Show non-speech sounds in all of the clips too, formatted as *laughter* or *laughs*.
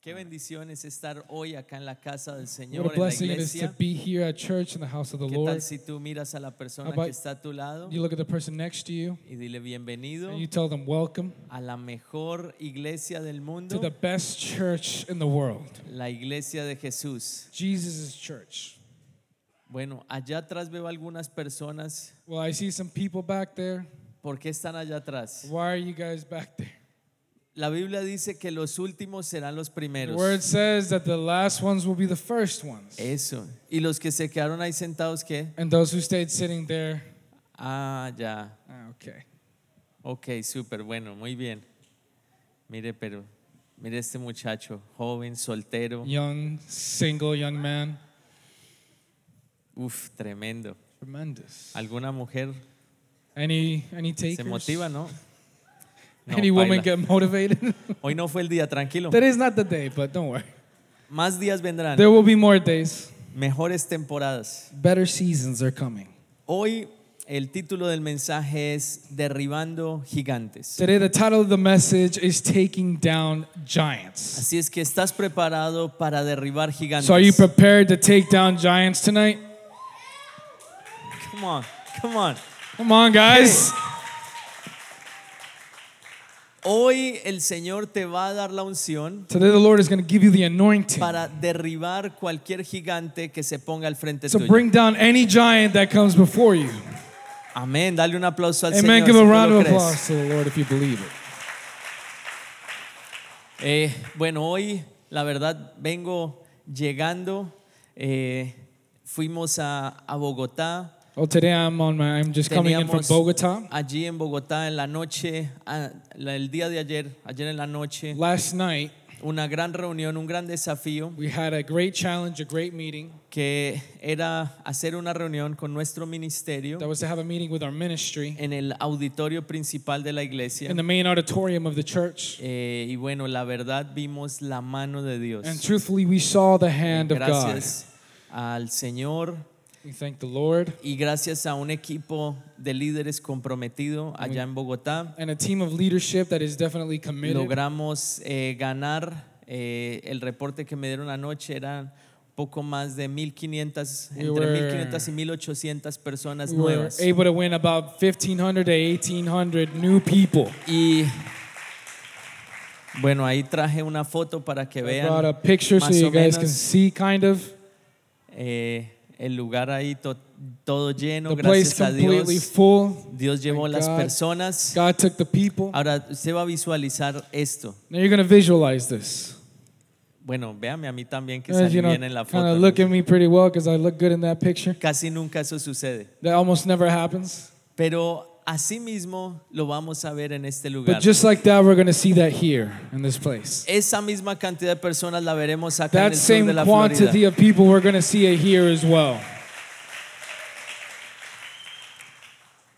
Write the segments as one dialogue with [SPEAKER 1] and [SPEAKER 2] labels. [SPEAKER 1] Qué bendición es estar hoy acá en la casa del
[SPEAKER 2] What a
[SPEAKER 1] Señor, en la
[SPEAKER 2] blessing it is to
[SPEAKER 1] iglesia.
[SPEAKER 2] be here at church in the house of the
[SPEAKER 1] ¿Qué tal
[SPEAKER 2] este
[SPEAKER 1] si
[SPEAKER 2] Lord.
[SPEAKER 1] tú miras a la persona
[SPEAKER 2] How about-
[SPEAKER 1] que está a tu lado
[SPEAKER 2] You look at the person next to you
[SPEAKER 1] y dile bienvenido
[SPEAKER 2] and you tell them, Welcome
[SPEAKER 1] a la mejor iglesia del
[SPEAKER 2] to
[SPEAKER 1] mundo,
[SPEAKER 2] the best church in the world.
[SPEAKER 1] la iglesia de Jesús?
[SPEAKER 2] Jesus' church.
[SPEAKER 1] Bueno, allá atrás veo algunas personas.
[SPEAKER 2] Well, I see some people back there.
[SPEAKER 1] ¿Por qué están allá atrás?
[SPEAKER 2] Why are you guys back there?
[SPEAKER 1] La Biblia dice que los últimos serán los
[SPEAKER 2] The
[SPEAKER 1] primeros.
[SPEAKER 2] word says that the last ones will be the first ones.
[SPEAKER 1] Eso. ¿Y los que se quedaron ahí sentados qué?
[SPEAKER 2] And those who stayed sitting there,
[SPEAKER 1] Ah, ya.
[SPEAKER 2] ah, okay.
[SPEAKER 1] Ok, súper bueno, muy bien. Mire, pero, mire este muchacho, joven, soltero.
[SPEAKER 2] Young, single, young man.
[SPEAKER 1] Uf, tremendo.
[SPEAKER 2] Tremendous.
[SPEAKER 1] ¿Alguna mujer
[SPEAKER 2] Any any takers?
[SPEAKER 1] se motiva, no? No,
[SPEAKER 2] *laughs* Any woman
[SPEAKER 1] baila.
[SPEAKER 2] get motivated? *laughs*
[SPEAKER 1] Hoy no fue el día, tranquilo.
[SPEAKER 2] that is not the day, but don't worry.
[SPEAKER 1] Más días vendrán,
[SPEAKER 2] There will be more days.
[SPEAKER 1] mejores temporadas.
[SPEAKER 2] Better seasons are coming.
[SPEAKER 1] Hoy el título del mensaje es Derribando Gigantes.
[SPEAKER 2] Today, the title of the message is Taking Down Giants.
[SPEAKER 1] Así es que estás preparado para derribar gigantes.
[SPEAKER 2] So, are you prepared to take down giants tonight?
[SPEAKER 1] Come on, come on.
[SPEAKER 2] Come on, guys.
[SPEAKER 1] Hoy el Señor te va a dar la unción
[SPEAKER 2] Today, the Lord is going to give you the anointing
[SPEAKER 1] para derribar cualquier gigante que se ponga al frente
[SPEAKER 2] to
[SPEAKER 1] tuyo.
[SPEAKER 2] bring down any giant that comes before you.
[SPEAKER 1] Amén. Dale un aplauso al Señor.
[SPEAKER 2] Amen. Give
[SPEAKER 1] si
[SPEAKER 2] a
[SPEAKER 1] tú
[SPEAKER 2] round
[SPEAKER 1] lo
[SPEAKER 2] of
[SPEAKER 1] crees.
[SPEAKER 2] applause to the Lord if you believe it.
[SPEAKER 1] Eh, bueno, hoy la verdad vengo llegando. eh, fuimos a, a Bogotá.
[SPEAKER 2] Well, Oh, today I'm on my. I'm just coming in from
[SPEAKER 1] Teníamos
[SPEAKER 2] Bogota.
[SPEAKER 1] allí en Bogotá en la noche, ah, la- el día de ayer, ayer en la noche,
[SPEAKER 2] Last night
[SPEAKER 1] una gran reunión, un gran desafío
[SPEAKER 2] we had a great challenge, a great meeting.
[SPEAKER 1] que era hacer una reunión con nuestro ministerio
[SPEAKER 2] That was to have a meeting with our ministry
[SPEAKER 1] en el auditorio principal de la iglesia.
[SPEAKER 2] in the main auditorium of the church.
[SPEAKER 1] Eh, y bueno, la verdad vimos la mano de Dios.
[SPEAKER 2] And truthfully, we saw the hand of God.
[SPEAKER 1] Gracias al Señor
[SPEAKER 2] We thank the Lord
[SPEAKER 1] y gracias a un equipo de líderes comprometido allá en Bogotá.
[SPEAKER 2] and a team of leadership that is definitely committed.
[SPEAKER 1] Logramos eh, ganar. eh, el reporte que me dieron anoche eran poco más de 1500,
[SPEAKER 2] We
[SPEAKER 1] entre
[SPEAKER 2] were-
[SPEAKER 1] 1500 y 1800 personas
[SPEAKER 2] We were
[SPEAKER 1] nuevas.
[SPEAKER 2] able to win about 1,500 to 1,800 new people.
[SPEAKER 1] Y bueno, ahí traje una foto para que
[SPEAKER 2] I brought a
[SPEAKER 1] vean
[SPEAKER 2] picture so
[SPEAKER 1] más
[SPEAKER 2] you
[SPEAKER 1] o
[SPEAKER 2] guys can
[SPEAKER 1] menos.
[SPEAKER 2] see, kind of.
[SPEAKER 1] eh, el lugar ahí to- todo lleno,
[SPEAKER 2] The place
[SPEAKER 1] gracias a
[SPEAKER 2] completely
[SPEAKER 1] Dios.
[SPEAKER 2] full.
[SPEAKER 1] Dios llevó a
[SPEAKER 2] Thank
[SPEAKER 1] las
[SPEAKER 2] God.
[SPEAKER 1] personas.
[SPEAKER 2] God took the people.
[SPEAKER 1] Ahora usted va a visualizar esto.
[SPEAKER 2] Now you're going to visualize this.
[SPEAKER 1] Bueno, véame a mí también que
[SPEAKER 2] Guys,
[SPEAKER 1] salí
[SPEAKER 2] you know,
[SPEAKER 1] bien en la
[SPEAKER 2] kind
[SPEAKER 1] foto.
[SPEAKER 2] of
[SPEAKER 1] ¿no?
[SPEAKER 2] look at me pretty well because I look good in that picture.
[SPEAKER 1] Casi nunca eso sucede.
[SPEAKER 2] That almost never happens.
[SPEAKER 1] Pero así mismo lo vamos a ver en este lugar.
[SPEAKER 2] But just like that, we're going to see that here in this place.
[SPEAKER 1] Esa misma cantidad de personas la veremos acá en
[SPEAKER 2] That
[SPEAKER 1] el sur
[SPEAKER 2] same
[SPEAKER 1] de la Florida.
[SPEAKER 2] quantity of people, we're going to see it here as well.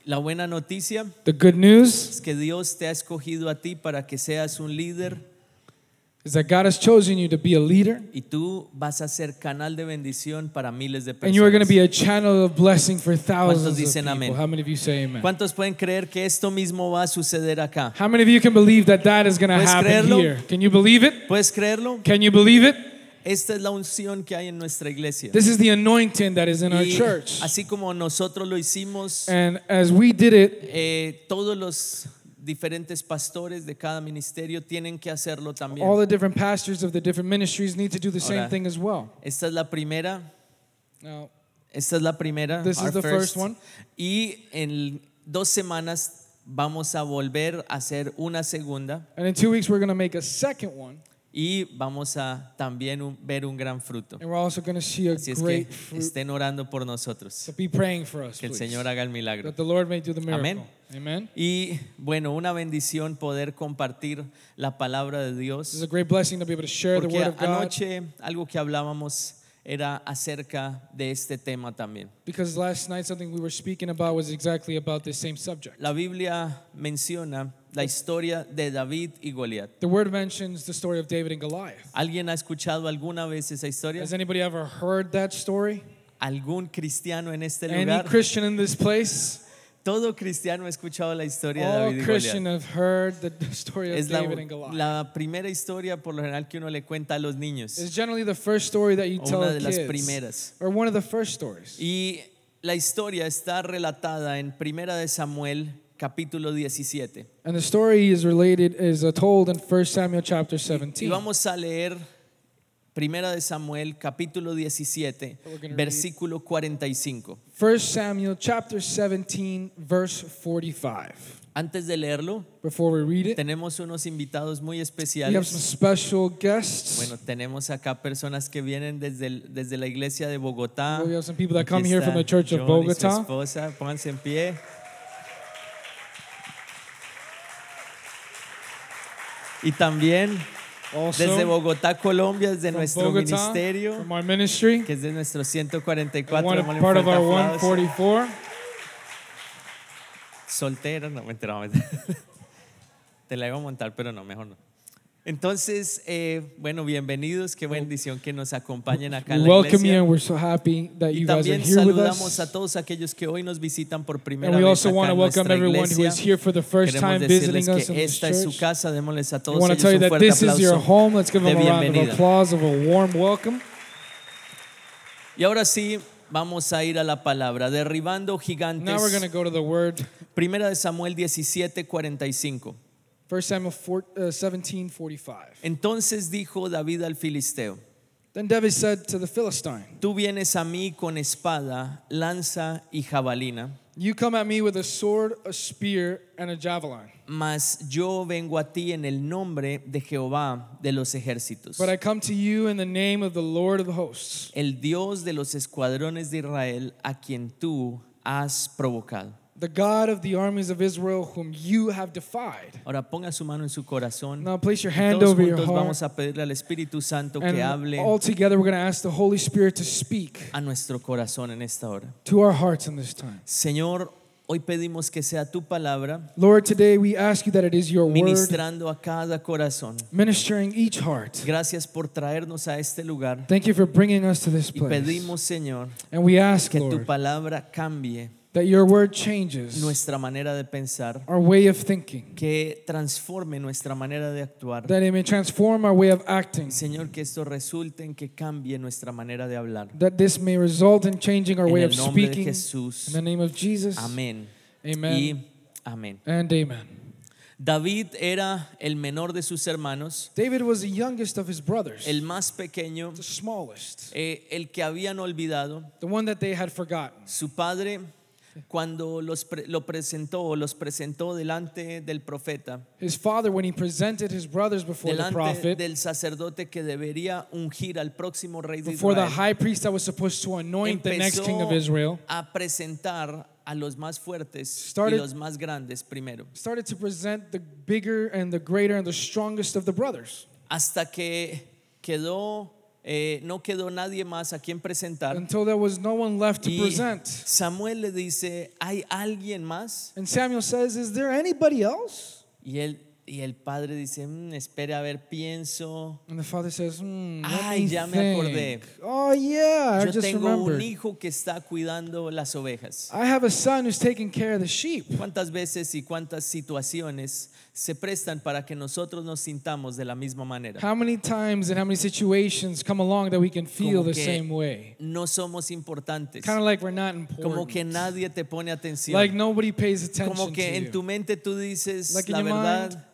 [SPEAKER 1] La buena noticia
[SPEAKER 2] The good news
[SPEAKER 1] es que Dios te ha escogido a ti para que seas un líder
[SPEAKER 2] is that God has chosen you to be a leader
[SPEAKER 1] y tú vas a ser canal de bendición para miles de
[SPEAKER 2] and you are going
[SPEAKER 1] personas.
[SPEAKER 2] to be a channel of blessing for thousands of
[SPEAKER 1] dicen
[SPEAKER 2] people.
[SPEAKER 1] amén?
[SPEAKER 2] How many of you say amen?
[SPEAKER 1] ¿Cuántos pueden creer que esto mismo va a suceder acá?
[SPEAKER 2] How many of you can believe that that is going to
[SPEAKER 1] ¿Puedes
[SPEAKER 2] happen
[SPEAKER 1] creerlo?
[SPEAKER 2] here? Can you believe it?
[SPEAKER 1] ¿Puedes creerlo?
[SPEAKER 2] Can you believe it?
[SPEAKER 1] Esta es la unción que hay en nuestra iglesia.
[SPEAKER 2] This is the anointing that is in our
[SPEAKER 1] Y
[SPEAKER 2] church.
[SPEAKER 1] así como nosotros lo hicimos,
[SPEAKER 2] And as we did it,
[SPEAKER 1] eh, todos los diferentes pastores de cada ministerio tienen que hacerlo también.
[SPEAKER 2] all the different pastors of the different ministries need to do the same
[SPEAKER 1] Ahora.
[SPEAKER 2] thing as well.
[SPEAKER 1] Esta es la primera.
[SPEAKER 2] Now,
[SPEAKER 1] Esta es la primera.
[SPEAKER 2] This is
[SPEAKER 1] our
[SPEAKER 2] the first one.
[SPEAKER 1] Y en dos semanas vamos a volver a hacer una segunda
[SPEAKER 2] and in two weeks, we're going to make a second one,
[SPEAKER 1] y vamos a también un- ver un gran fruto.
[SPEAKER 2] and we're also going to see a
[SPEAKER 1] Así es que
[SPEAKER 2] great fruit.
[SPEAKER 1] estén orando por nosotros.
[SPEAKER 2] So be praying for us,
[SPEAKER 1] Que el
[SPEAKER 2] please,
[SPEAKER 1] Señor haga el milagro.
[SPEAKER 2] that the Lord may do the miracle. Amen.
[SPEAKER 1] Y bueno, una bendición poder compartir la palabra de
[SPEAKER 2] This is
[SPEAKER 1] Dios.
[SPEAKER 2] a great blessing to be able to share the
[SPEAKER 1] Porque
[SPEAKER 2] word of God.
[SPEAKER 1] anoche algo que hablábamos era acerca de este tema también.
[SPEAKER 2] Because last night something we were speaking about was exactly about this same subject.
[SPEAKER 1] La Biblia menciona la historia de David y Goliat.
[SPEAKER 2] The word mentions the story of David and Goliath.
[SPEAKER 1] ¿Alguien ha escuchado alguna vez esa historia?
[SPEAKER 2] Has anybody ever heard that story?
[SPEAKER 1] ¿Algún cristiano en este
[SPEAKER 2] Any
[SPEAKER 1] lugar?
[SPEAKER 2] Christian in this place?
[SPEAKER 1] Todo cristiano ha escuchado la historia de
[SPEAKER 2] All
[SPEAKER 1] David y
[SPEAKER 2] Christian
[SPEAKER 1] Goliat.
[SPEAKER 2] have heard the *laughs* story of
[SPEAKER 1] Es la,
[SPEAKER 2] David and Goliath.
[SPEAKER 1] la primera historia por lo general que uno le cuenta a los niños,
[SPEAKER 2] It's generally the first story that you
[SPEAKER 1] o
[SPEAKER 2] tell
[SPEAKER 1] una de las
[SPEAKER 2] kids,
[SPEAKER 1] primeras.
[SPEAKER 2] or one of the first stories.
[SPEAKER 1] Y la historia está relatada en Primera de Samuel, capítulo 17.
[SPEAKER 2] And the story is related is uh, told in 1 Samuel chapter
[SPEAKER 1] Y
[SPEAKER 2] 17.
[SPEAKER 1] vamos a leer Primera de Samuel, capítulo 17,
[SPEAKER 2] We're gonna read-
[SPEAKER 1] versículo 45.
[SPEAKER 2] 1 Samuel chapter 17 verse 45.
[SPEAKER 1] Antes de leerlo,
[SPEAKER 2] Before we read it,
[SPEAKER 1] tenemos unos invitados muy
[SPEAKER 2] we have some
[SPEAKER 1] especiales.
[SPEAKER 2] special guests.
[SPEAKER 1] Bueno, tenemos acá personas que vienen desde, el- desde la iglesia de Bogotá.
[SPEAKER 2] We have some people that
[SPEAKER 1] Aquí
[SPEAKER 2] come here from
[SPEAKER 1] está
[SPEAKER 2] the Church of
[SPEAKER 1] John y su
[SPEAKER 2] Bogotá.
[SPEAKER 1] esposa, pónganse en pie. Y también
[SPEAKER 2] also
[SPEAKER 1] desde Bogotá, Colombia, desde
[SPEAKER 2] from
[SPEAKER 1] nuestro
[SPEAKER 2] Bogotá,
[SPEAKER 1] ministerio,
[SPEAKER 2] from our ministry,
[SPEAKER 1] que es de nuestro 144,
[SPEAKER 2] one,
[SPEAKER 1] démosle un
[SPEAKER 2] part of
[SPEAKER 1] fuerte
[SPEAKER 2] our
[SPEAKER 1] aplauso.
[SPEAKER 2] 144.
[SPEAKER 1] solteras, no, mentira, no, mentira. *laughs* Te la iba a montar, pero no, mejor no. Entonces, eh, bueno, bienvenidos, qué bendición que nos acompañen acá
[SPEAKER 2] We
[SPEAKER 1] en la
[SPEAKER 2] welcome you
[SPEAKER 1] iglesia.
[SPEAKER 2] and we're so happy that
[SPEAKER 1] Y
[SPEAKER 2] you guys are
[SPEAKER 1] también
[SPEAKER 2] here with
[SPEAKER 1] saludamos a
[SPEAKER 2] us.
[SPEAKER 1] todos aquellos que hoy nos visitan por primera
[SPEAKER 2] And we
[SPEAKER 1] vez
[SPEAKER 2] also
[SPEAKER 1] acá
[SPEAKER 2] want to
[SPEAKER 1] en
[SPEAKER 2] welcome
[SPEAKER 1] nuestra
[SPEAKER 2] everyone who
[SPEAKER 1] iglesia.
[SPEAKER 2] is here for the first time
[SPEAKER 1] Queremos decirles
[SPEAKER 2] visiting us in
[SPEAKER 1] que
[SPEAKER 2] this
[SPEAKER 1] esta es su
[SPEAKER 2] church.
[SPEAKER 1] casa, démosles a
[SPEAKER 2] We
[SPEAKER 1] todos
[SPEAKER 2] want to
[SPEAKER 1] ellos
[SPEAKER 2] tell you
[SPEAKER 1] un
[SPEAKER 2] that
[SPEAKER 1] fuerte
[SPEAKER 2] this is your
[SPEAKER 1] aplauso.
[SPEAKER 2] home. Let's give
[SPEAKER 1] de
[SPEAKER 2] them a round of
[SPEAKER 1] bienvenida.
[SPEAKER 2] applause, of a warm welcome.
[SPEAKER 1] Y ahora sí, vamos a ir a la palabra, derribando
[SPEAKER 2] Now we're going to
[SPEAKER 1] gigantes.
[SPEAKER 2] go to the word.
[SPEAKER 1] Primera de Samuel 17, 45.
[SPEAKER 2] 1 Samuel 4, uh, 17, 45.
[SPEAKER 1] Entonces dijo David al filisteo,
[SPEAKER 2] Then David said to the Philistine,
[SPEAKER 1] Tú vienes a mí con espada, lanza y jabalina,
[SPEAKER 2] You come at me with a sword, a spear, and a javelin.
[SPEAKER 1] mas yo vengo a ti en el nombre de Jehová de los ejércitos,
[SPEAKER 2] But I come to you in the name of the Lord of the hosts,
[SPEAKER 1] el Dios de los escuadrones de Israel, a quien tú has provocado.
[SPEAKER 2] the God of the armies of Israel, whom you have defied.
[SPEAKER 1] Ahora ponga su mano en su corazón.
[SPEAKER 2] Now place your
[SPEAKER 1] y
[SPEAKER 2] hand
[SPEAKER 1] todos
[SPEAKER 2] over your
[SPEAKER 1] juntos
[SPEAKER 2] heart.
[SPEAKER 1] vamos a pedirle al Espíritu Santo que
[SPEAKER 2] And
[SPEAKER 1] hable
[SPEAKER 2] all together, we're going to ask the Holy Spirit to speak
[SPEAKER 1] a nuestro corazón en esta hora.
[SPEAKER 2] to our hearts in this time.
[SPEAKER 1] Señor, hoy pedimos que sea tu palabra
[SPEAKER 2] Lord, today we ask you that it is your word
[SPEAKER 1] ministrando a cada corazón.
[SPEAKER 2] ministering each heart.
[SPEAKER 1] Gracias por traernos a este lugar
[SPEAKER 2] Thank you for bringing us to this
[SPEAKER 1] y
[SPEAKER 2] place.
[SPEAKER 1] pedimos, Señor,
[SPEAKER 2] And we ask,
[SPEAKER 1] que tu
[SPEAKER 2] Pues, Lord,
[SPEAKER 1] palabra cambie
[SPEAKER 2] that your word changes
[SPEAKER 1] nuestra manera de pensar,
[SPEAKER 2] our way of thinking,
[SPEAKER 1] que transforme nuestra manera de actuar.
[SPEAKER 2] that it may transform our way of acting,
[SPEAKER 1] Señor, que esto resulte en que cambie nuestra manera de hablar.
[SPEAKER 2] that this may result in changing our
[SPEAKER 1] En
[SPEAKER 2] way of
[SPEAKER 1] el nombre de
[SPEAKER 2] speaking.
[SPEAKER 1] Jesús.
[SPEAKER 2] In the name of Jesus.
[SPEAKER 1] Amén.
[SPEAKER 2] Amen.
[SPEAKER 1] Y amén.
[SPEAKER 2] And amen.
[SPEAKER 1] David era el menor de sus hermanos,
[SPEAKER 2] David was the youngest of his brothers,
[SPEAKER 1] el más pequeño,
[SPEAKER 2] the smallest,
[SPEAKER 1] eh, el que habían olvidado.
[SPEAKER 2] the one that they had forgotten.
[SPEAKER 1] Su padre, cuando los pre- lo presentó, o los presentó delante del profeta,
[SPEAKER 2] His father, when he presented his brothers before the
[SPEAKER 1] delante
[SPEAKER 2] prophet,
[SPEAKER 1] del sacerdote que debería ungir al próximo rey de
[SPEAKER 2] before the
[SPEAKER 1] Israel,
[SPEAKER 2] high priest that was supposed to anoint the next king of Israel,
[SPEAKER 1] empezó a presentar a los más fuertes y
[SPEAKER 2] Started-
[SPEAKER 1] los más grandes primero,
[SPEAKER 2] started to present the bigger and the greater and the strongest of the brothers
[SPEAKER 1] hasta que quedó, eh, no quedó nadie más a quien presentar.
[SPEAKER 2] until there was no one left to
[SPEAKER 1] Y
[SPEAKER 2] present.
[SPEAKER 1] Samuel le dice, ¿hay alguien más?
[SPEAKER 2] And Samuel says, Is there anybody else?
[SPEAKER 1] Y, él, y el padre dice, "Mm, espere a ver, pienso.
[SPEAKER 2] And the father says, Hmm, let
[SPEAKER 1] Ay,
[SPEAKER 2] me
[SPEAKER 1] ya me
[SPEAKER 2] think.
[SPEAKER 1] acordé.
[SPEAKER 2] Oh, yeah, I
[SPEAKER 1] Yo
[SPEAKER 2] just
[SPEAKER 1] tengo un
[SPEAKER 2] remembered.
[SPEAKER 1] hijo que está cuidando las ovejas.
[SPEAKER 2] I have a son who's taking care of the sheep.
[SPEAKER 1] ¿Cuántas veces y cuántas situaciones se prestan para que nosotros nos sintamos de la misma manera?
[SPEAKER 2] How many times and how many situations come along that we can feel
[SPEAKER 1] Como
[SPEAKER 2] the
[SPEAKER 1] que
[SPEAKER 2] same way?
[SPEAKER 1] No somos importantes.
[SPEAKER 2] Kind of like we're not
[SPEAKER 1] Como que
[SPEAKER 2] important.
[SPEAKER 1] nadie te pone
[SPEAKER 2] Like
[SPEAKER 1] atención.
[SPEAKER 2] nobody pays
[SPEAKER 1] Como
[SPEAKER 2] attention
[SPEAKER 1] que en
[SPEAKER 2] to
[SPEAKER 1] tu
[SPEAKER 2] you.
[SPEAKER 1] mente tú dices,
[SPEAKER 2] Like in
[SPEAKER 1] la
[SPEAKER 2] your mind.
[SPEAKER 1] verdad,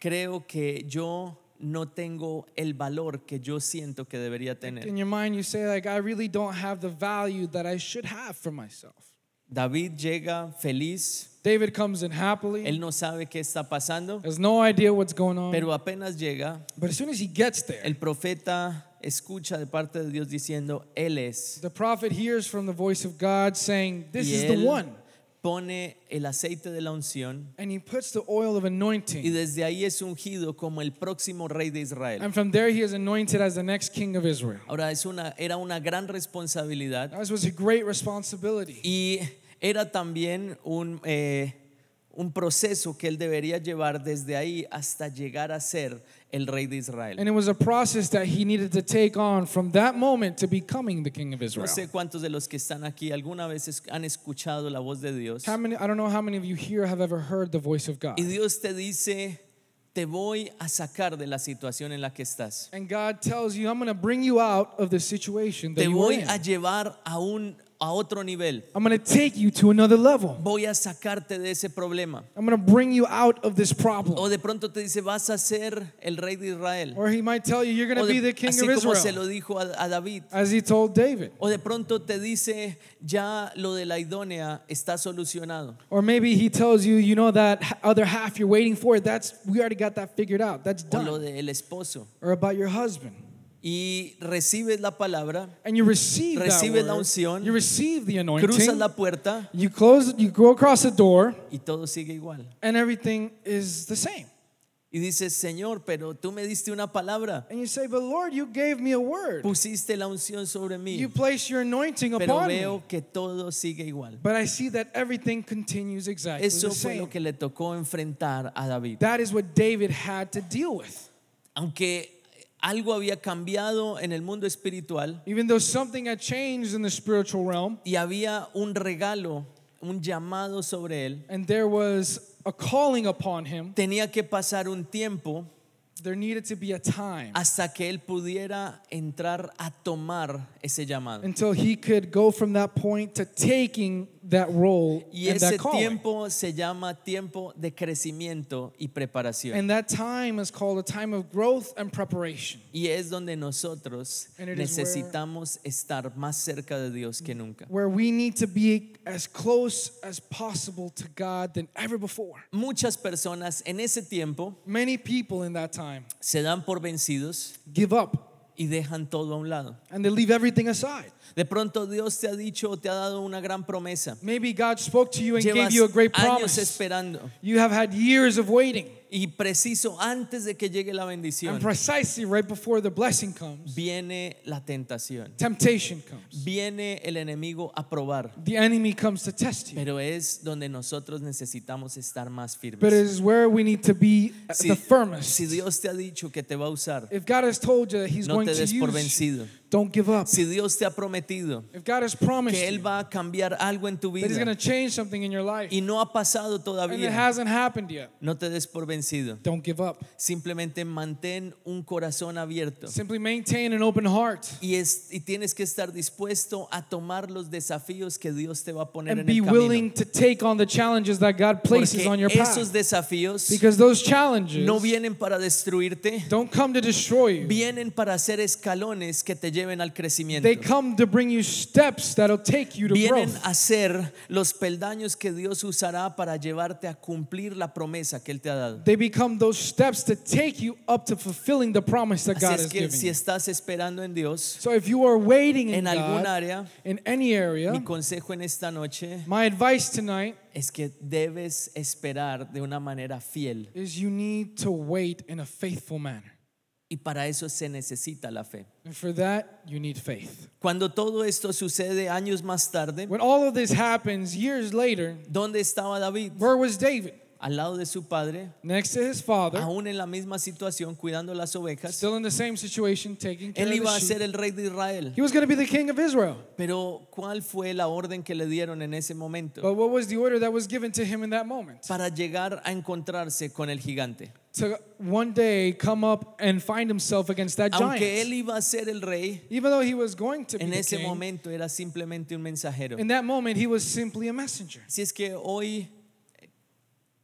[SPEAKER 1] creo que yo no tengo el valor que yo siento que debería tener.
[SPEAKER 2] In your mind, you say, like, I really don't have the value that I should have for myself.
[SPEAKER 1] David llega feliz,
[SPEAKER 2] David comes in happily,
[SPEAKER 1] él no sabe qué está pasando,
[SPEAKER 2] has no idea what's going on.
[SPEAKER 1] pero apenas llega,
[SPEAKER 2] But as soon as he gets there,
[SPEAKER 1] el profeta escucha de parte de Dios diciendo, Él es.
[SPEAKER 2] The prophet hears from the voice of God saying, This
[SPEAKER 1] Y
[SPEAKER 2] is the
[SPEAKER 1] él
[SPEAKER 2] one.
[SPEAKER 1] pone el aceite de la unción
[SPEAKER 2] And he puts the oil of
[SPEAKER 1] y
[SPEAKER 2] anointing.
[SPEAKER 1] desde ahí es ungido como el próximo rey de Israel.
[SPEAKER 2] And from there, he is anointed as the next king of Israel.
[SPEAKER 1] Ahora, es una, era una gran responsabilidad
[SPEAKER 2] That was a great responsibility.
[SPEAKER 1] y era también un, eh, un proceso que él debería llevar desde ahí hasta llegar a ser el rey de Israel.
[SPEAKER 2] And it was a process that he needed to take on from that moment to becoming the king of
[SPEAKER 1] No
[SPEAKER 2] Israel.
[SPEAKER 1] sé cuántos de los que están aquí alguna vez es- han escuchado la voz de Dios
[SPEAKER 2] How many, I don't know how many of you here have ever heard the voice of God.
[SPEAKER 1] y Dios te dice, te voy a sacar de la situación en la que estás.
[SPEAKER 2] And God tells you, I'm going to bring you out of the situation that
[SPEAKER 1] Te
[SPEAKER 2] you are
[SPEAKER 1] voy
[SPEAKER 2] in.
[SPEAKER 1] a llevar a, un, a otro nivel.
[SPEAKER 2] I'm going to take you to another level.
[SPEAKER 1] Voy a sacarte de ese problema.
[SPEAKER 2] I'm going to bring you out of this
[SPEAKER 1] O
[SPEAKER 2] problem.
[SPEAKER 1] de pronto te dice, vas a ser el rey de Israel.
[SPEAKER 2] Or he might tell you, you're going
[SPEAKER 1] O
[SPEAKER 2] to be
[SPEAKER 1] de-
[SPEAKER 2] the king
[SPEAKER 1] Oh, así
[SPEAKER 2] of
[SPEAKER 1] como se
[SPEAKER 2] Israel,
[SPEAKER 1] lo dijo a- a David.
[SPEAKER 2] as he told David.
[SPEAKER 1] O de pronto te dice, ya lo de la idónea está solucionado.
[SPEAKER 2] Or maybe he tells you, you know, that h- other half you're waiting for, that's, we already got that figured out. That's
[SPEAKER 1] O Oh, lo
[SPEAKER 2] done.
[SPEAKER 1] del esposo.
[SPEAKER 2] Or about your husband.
[SPEAKER 1] Y recibes la palabra,
[SPEAKER 2] And you receive that
[SPEAKER 1] Recibes la
[SPEAKER 2] word.
[SPEAKER 1] unción,
[SPEAKER 2] you receive the
[SPEAKER 1] cruzas
[SPEAKER 2] anointing.
[SPEAKER 1] la puerta
[SPEAKER 2] You close, you go across the door,
[SPEAKER 1] y todo sigue igual.
[SPEAKER 2] and everything is the same.
[SPEAKER 1] Y dices, Señor, pero tú me diste una palabra,
[SPEAKER 2] And you say, but Lord, you gave me a word.
[SPEAKER 1] pusiste la unción sobre mí,
[SPEAKER 2] You placed your anointing
[SPEAKER 1] pero
[SPEAKER 2] upon me.
[SPEAKER 1] veo que todo sigue igual.
[SPEAKER 2] But I see that everything continues exactly
[SPEAKER 1] Eso
[SPEAKER 2] the
[SPEAKER 1] fue
[SPEAKER 2] same.
[SPEAKER 1] lo que le tocó enfrentar a David.
[SPEAKER 2] That is what David had to deal with.
[SPEAKER 1] Aunque algo había cambiado en el mundo espiritual
[SPEAKER 2] Even though something had changed in the spiritual realm,
[SPEAKER 1] y había un regalo, un llamado sobre él,
[SPEAKER 2] and there was a calling upon him,
[SPEAKER 1] tenía que pasar un tiempo
[SPEAKER 2] there needed to be a time
[SPEAKER 1] hasta que él pudiera entrar a tomar ese llamado.
[SPEAKER 2] until he could go from that point to taking that role
[SPEAKER 1] Y
[SPEAKER 2] and that
[SPEAKER 1] ese
[SPEAKER 2] calling.
[SPEAKER 1] tiempo se llama tiempo de crecimiento y preparación.
[SPEAKER 2] And that time is called a time of growth and preparation.
[SPEAKER 1] Y es donde nosotros
[SPEAKER 2] And it is where-
[SPEAKER 1] necesitamos estar más cerca de Dios que nunca.
[SPEAKER 2] where we need to be as close as possible to God than ever before.
[SPEAKER 1] Muchas personas en ese tiempo
[SPEAKER 2] Many people in that time
[SPEAKER 1] se dan por vencidos
[SPEAKER 2] give up
[SPEAKER 1] y dejan todo a un lado.
[SPEAKER 2] and they leave everything aside.
[SPEAKER 1] De pronto Dios te ha dicho o te ha dado una gran promesa.
[SPEAKER 2] Maybe God spoke to you and
[SPEAKER 1] Llevas
[SPEAKER 2] gave you a great
[SPEAKER 1] años
[SPEAKER 2] promise.
[SPEAKER 1] esperando
[SPEAKER 2] You have had years of waiting,
[SPEAKER 1] y preciso antes de que llegue la bendición
[SPEAKER 2] and precisely right before the blessing comes,
[SPEAKER 1] viene la tentación.
[SPEAKER 2] temptation comes.
[SPEAKER 1] Viene el enemigo a probar,
[SPEAKER 2] The enemy comes to test you.
[SPEAKER 1] pero es donde nosotros necesitamos estar más firmes.
[SPEAKER 2] But it is where we need to be at
[SPEAKER 1] si,
[SPEAKER 2] the firmest.
[SPEAKER 1] si Dios te ha dicho que te va a usar,
[SPEAKER 2] If God has told you that He's
[SPEAKER 1] no
[SPEAKER 2] going
[SPEAKER 1] te
[SPEAKER 2] to
[SPEAKER 1] des por
[SPEAKER 2] use you,
[SPEAKER 1] vencido.
[SPEAKER 2] don't give up.
[SPEAKER 1] Si Dios te ha prometido
[SPEAKER 2] If God has promised
[SPEAKER 1] que
[SPEAKER 2] you
[SPEAKER 1] Él va a cambiar algo en tu
[SPEAKER 2] that He's going to
[SPEAKER 1] vida
[SPEAKER 2] change something in your life,
[SPEAKER 1] y no ha pasado
[SPEAKER 2] and it
[SPEAKER 1] todavía,
[SPEAKER 2] hasn't happened yet,
[SPEAKER 1] no te des por vencido.
[SPEAKER 2] don't give up.
[SPEAKER 1] Simplemente mantén un corazón abierto
[SPEAKER 2] Simply maintain an open heart
[SPEAKER 1] y, es- y tienes que estar dispuesto a tomar los desafíos que Dios te va a poner
[SPEAKER 2] and
[SPEAKER 1] en
[SPEAKER 2] be
[SPEAKER 1] el
[SPEAKER 2] willing
[SPEAKER 1] camino.
[SPEAKER 2] to take on the challenges that God places on
[SPEAKER 1] Porque
[SPEAKER 2] your
[SPEAKER 1] esos
[SPEAKER 2] path.
[SPEAKER 1] desafíos
[SPEAKER 2] Because those challenges
[SPEAKER 1] no vienen para destruirte,
[SPEAKER 2] don't come to destroy you,
[SPEAKER 1] vienen para hacer escalones que te lleven al crecimiento.
[SPEAKER 2] they come to bring you steps that'll take you to
[SPEAKER 1] Vienen
[SPEAKER 2] growth.
[SPEAKER 1] a ser los peldaños que Dios usará para llevarte a cumplir la promesa que Él te ha dado.
[SPEAKER 2] They become those steps to take you up to fulfilling the promise that
[SPEAKER 1] Así
[SPEAKER 2] God
[SPEAKER 1] es
[SPEAKER 2] has
[SPEAKER 1] que
[SPEAKER 2] given
[SPEAKER 1] si
[SPEAKER 2] you.
[SPEAKER 1] estás esperando en Dios
[SPEAKER 2] So if you are waiting in
[SPEAKER 1] en algún
[SPEAKER 2] God,
[SPEAKER 1] área,
[SPEAKER 2] in any area,
[SPEAKER 1] mi consejo en esta noche
[SPEAKER 2] my advice tonight
[SPEAKER 1] es que debes esperar de una manera fiel
[SPEAKER 2] is you need to wait in a faithful manner.
[SPEAKER 1] y para eso se necesita la fe.
[SPEAKER 2] And for that, you need faith.
[SPEAKER 1] Cuando todo esto sucede años más tarde,
[SPEAKER 2] When all of this happens years later,
[SPEAKER 1] ¿dónde estaba David?
[SPEAKER 2] where was David?
[SPEAKER 1] Al lado de su padre,
[SPEAKER 2] next to his father,
[SPEAKER 1] aún en la misma situación, cuidando las ovejas.
[SPEAKER 2] still in the same situation, taking care
[SPEAKER 1] Él
[SPEAKER 2] of
[SPEAKER 1] iba
[SPEAKER 2] the
[SPEAKER 1] a
[SPEAKER 2] sheep.
[SPEAKER 1] ser el rey de Israel.
[SPEAKER 2] He was going to be the king of Israel.
[SPEAKER 1] Pero ¿cuál fue la orden que le dieron en ese momento
[SPEAKER 2] But what was the order that was given to him in that moment?
[SPEAKER 1] para llegar a encontrarse con el gigante?
[SPEAKER 2] To one day come up and find himself against that
[SPEAKER 1] Aunque
[SPEAKER 2] giant.
[SPEAKER 1] él iba a ser el rey,
[SPEAKER 2] Even though he was going to be
[SPEAKER 1] en
[SPEAKER 2] the
[SPEAKER 1] ese
[SPEAKER 2] king,
[SPEAKER 1] momento era simplemente un mensajero.
[SPEAKER 2] in that moment he was simply a messenger.
[SPEAKER 1] Si es que hoy eh,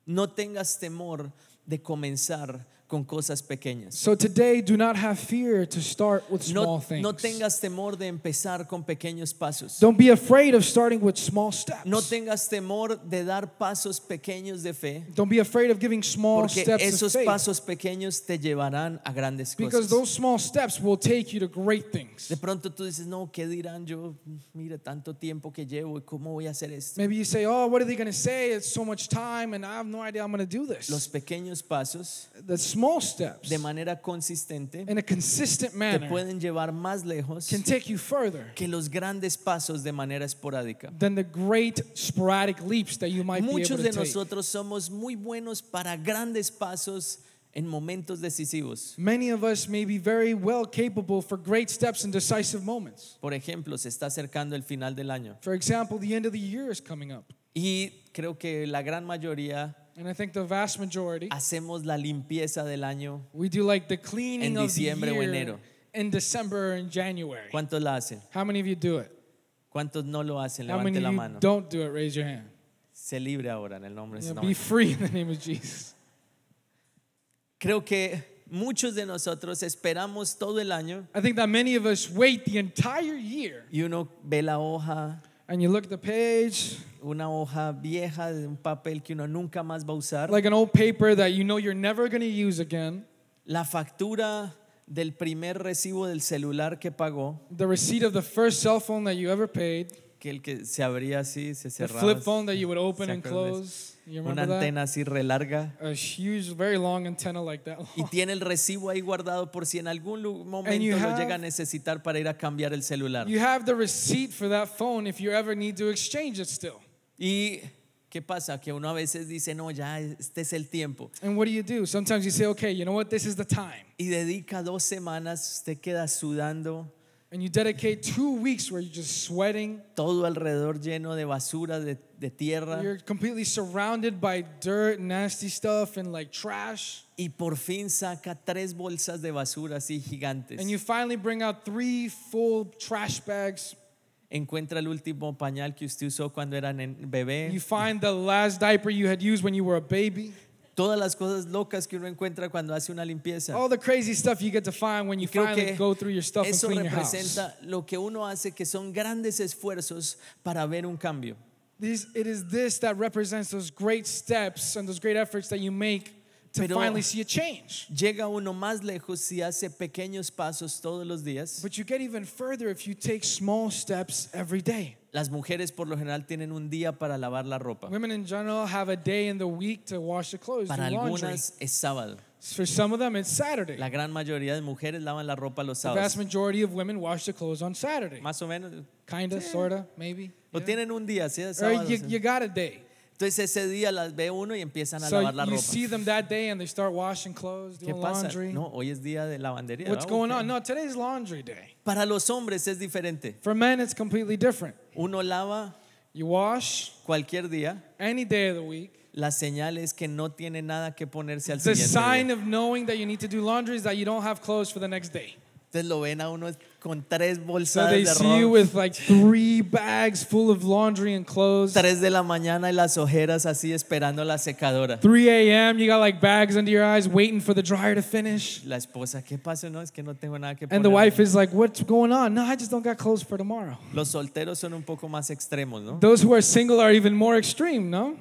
[SPEAKER 1] no tengas temor de comenzar con cosas pequeñas.
[SPEAKER 2] So today, do not have fear to start with small
[SPEAKER 1] No, no
[SPEAKER 2] things.
[SPEAKER 1] tengas temor de empezar con pequeños pasos.
[SPEAKER 2] Don't be afraid of starting with small steps.
[SPEAKER 1] No tengas temor de dar pasos pequeños de fe,
[SPEAKER 2] Don't be afraid of giving small
[SPEAKER 1] porque
[SPEAKER 2] steps of
[SPEAKER 1] esos
[SPEAKER 2] faith.
[SPEAKER 1] pasos pequeños te llevarán a grandes
[SPEAKER 2] Because
[SPEAKER 1] cosas.
[SPEAKER 2] those small steps will take you to great things.
[SPEAKER 1] De pronto tú dices, no, ¿qué dirán yo? Mira, tanto tiempo que llevo y cómo voy a hacer esto.
[SPEAKER 2] Maybe you say, "Oh, what are they going to say? It's so much time, and I have no idea I'm going to do this."
[SPEAKER 1] Los pequeños pasos
[SPEAKER 2] the small steps
[SPEAKER 1] de manera consistente
[SPEAKER 2] in a consistent
[SPEAKER 1] te
[SPEAKER 2] manner
[SPEAKER 1] pueden llevar más lejos
[SPEAKER 2] can take you further
[SPEAKER 1] que los grandes pasos de manera esporádica.
[SPEAKER 2] than the great sporadic leaps that you might be able
[SPEAKER 1] Muchos
[SPEAKER 2] to
[SPEAKER 1] de
[SPEAKER 2] take.
[SPEAKER 1] nosotros somos muy buenos para grandes pasos en momentos decisivos.
[SPEAKER 2] Many of us may be very well capable for great steps and decisive moments.
[SPEAKER 1] Por ejemplo, se está acercando el final del año
[SPEAKER 2] For example, the end of the year is coming up,
[SPEAKER 1] y creo que la gran mayoría
[SPEAKER 2] and I think the vast majority
[SPEAKER 1] hacemos la limpieza del año.
[SPEAKER 2] we do like the
[SPEAKER 1] En
[SPEAKER 2] cleaning of the
[SPEAKER 1] diciembre o
[SPEAKER 2] year
[SPEAKER 1] enero.
[SPEAKER 2] in December and January.
[SPEAKER 1] ¿Cuántos la hacen?
[SPEAKER 2] How many of you do it?
[SPEAKER 1] ¿Cuántos no lo hacen?
[SPEAKER 2] How
[SPEAKER 1] Levante
[SPEAKER 2] many of
[SPEAKER 1] la
[SPEAKER 2] you
[SPEAKER 1] mano.
[SPEAKER 2] don't do it? Raise your hand.
[SPEAKER 1] Se libre ahora en el nombre de
[SPEAKER 2] Yeah,
[SPEAKER 1] Jesús. No,
[SPEAKER 2] be free in the name of Jesus.
[SPEAKER 1] Creo que muchos de nosotros esperamos todo el año
[SPEAKER 2] I think that many of us wait the entire year,
[SPEAKER 1] y uno ve la hoja,
[SPEAKER 2] and you look at the page
[SPEAKER 1] una hoja vieja de un papel que uno nunca más va a usar,
[SPEAKER 2] like an old paper that you know you're never going to use again.
[SPEAKER 1] la factura del primer recibo del celular que pagó,
[SPEAKER 2] The receipt of the first cell phone that you ever paid.
[SPEAKER 1] que el que se abría así, se
[SPEAKER 2] The
[SPEAKER 1] cerraba,
[SPEAKER 2] flip phone that you would open and
[SPEAKER 1] Sacas de-
[SPEAKER 2] close. You
[SPEAKER 1] una
[SPEAKER 2] remember that?
[SPEAKER 1] antena así relarga.
[SPEAKER 2] A huge, very long antenna like that.
[SPEAKER 1] Y tiene el recibo ahí guardado por si en algún lu- momento
[SPEAKER 2] Oh. you
[SPEAKER 1] lo
[SPEAKER 2] have-
[SPEAKER 1] llega a necesitar para ir a cambiar el celular.
[SPEAKER 2] You have the receipt for that phone if you ever need to exchange it still.
[SPEAKER 1] ¿Y qué pasa? Que uno a veces dice, no, ya este es el tiempo.
[SPEAKER 2] And what do you do? Sometimes you say, okay, you know what? This is the time.
[SPEAKER 1] Y dedica dos semanas, usted queda sudando,
[SPEAKER 2] And you dedicate two weeks where you're just sweating.
[SPEAKER 1] todo alrededor lleno de basura, de, de tierra.
[SPEAKER 2] You're completely surrounded by dirt, nasty stuff, and like trash.
[SPEAKER 1] Y por fin saca tres bolsas de basura así gigantes.
[SPEAKER 2] And you finally bring out three full trash bags.
[SPEAKER 1] Encuentra el último pañal que usted usó cuando era nen-
[SPEAKER 2] You
[SPEAKER 1] bebé.
[SPEAKER 2] find the last diaper you had used when you were a baby.
[SPEAKER 1] Todas las cosas locas que uno encuentra cuando hace una limpieza.
[SPEAKER 2] All the crazy stuff you get to find when you
[SPEAKER 1] Creo
[SPEAKER 2] finally
[SPEAKER 1] que
[SPEAKER 2] go through your stuff and
[SPEAKER 1] eso
[SPEAKER 2] clean your house.
[SPEAKER 1] representa lo que uno hace, que son grandes esfuerzos para ver un cambio.
[SPEAKER 2] These, it is this that represents those great steps and those great efforts that you make to
[SPEAKER 1] Pero-
[SPEAKER 2] finally see a change.
[SPEAKER 1] Llega uno más lejos si hace pequeños pasos todos los días.
[SPEAKER 2] But you get even further if you take small steps every day.
[SPEAKER 1] Las mujeres por lo general tienen un día para lavar la ropa.
[SPEAKER 2] Women in general have a day in the week to wash their clothes, do
[SPEAKER 1] Para
[SPEAKER 2] laundry.
[SPEAKER 1] algunas es sábado.
[SPEAKER 2] For some of them, it's Saturday.
[SPEAKER 1] La gran mayoría de mujeres lavan la ropa los
[SPEAKER 2] the
[SPEAKER 1] sábados.
[SPEAKER 2] vast majority of women wash their clothes on Saturday.
[SPEAKER 1] Más o menos.
[SPEAKER 2] Kinda, sorta, maybe.
[SPEAKER 1] Lo tienen un día, ¿sí?
[SPEAKER 2] Or
[SPEAKER 1] sábado,
[SPEAKER 2] you,
[SPEAKER 1] sí.
[SPEAKER 2] you got a day.
[SPEAKER 1] Entonces ese día las ve uno y empiezan a
[SPEAKER 2] So
[SPEAKER 1] lavar la
[SPEAKER 2] you
[SPEAKER 1] ropa.
[SPEAKER 2] see them that day and they start washing clothes,
[SPEAKER 1] ¿Qué
[SPEAKER 2] doing
[SPEAKER 1] pasa?
[SPEAKER 2] laundry.
[SPEAKER 1] No, hoy es día de lavandería.
[SPEAKER 2] What's
[SPEAKER 1] Ah,
[SPEAKER 2] going
[SPEAKER 1] ok.
[SPEAKER 2] on? No, today's laundry day.
[SPEAKER 1] Para los hombres es diferente.
[SPEAKER 2] For men, it's completely different.
[SPEAKER 1] Uno lava
[SPEAKER 2] You wash
[SPEAKER 1] cualquier día.
[SPEAKER 2] any day of the week.
[SPEAKER 1] La señal es que no tiene nada que ponerse al
[SPEAKER 2] The
[SPEAKER 1] siguiente día.
[SPEAKER 2] sign of knowing that you need to do laundry is that you don't have clothes for the next day.
[SPEAKER 1] Entonces lo ven a uno con tres
[SPEAKER 2] So
[SPEAKER 1] bolsas
[SPEAKER 2] they
[SPEAKER 1] de
[SPEAKER 2] see you
[SPEAKER 1] arroz,
[SPEAKER 2] with like three bags full of laundry and clothes.
[SPEAKER 1] tres de la mañana y las ojeras así esperando la secadora.
[SPEAKER 2] 3 a.m., you got like bags under your eyes waiting for the dryer to finish.
[SPEAKER 1] La esposa, ¿qué pasa? No, es que no tengo nada que
[SPEAKER 2] And the
[SPEAKER 1] poner.
[SPEAKER 2] wife is like, What's going on? No, I just don't got clothes for tomorrow.
[SPEAKER 1] Los solteros son un poco más extremos, ¿no?
[SPEAKER 2] Those who are single are even more extreme, no?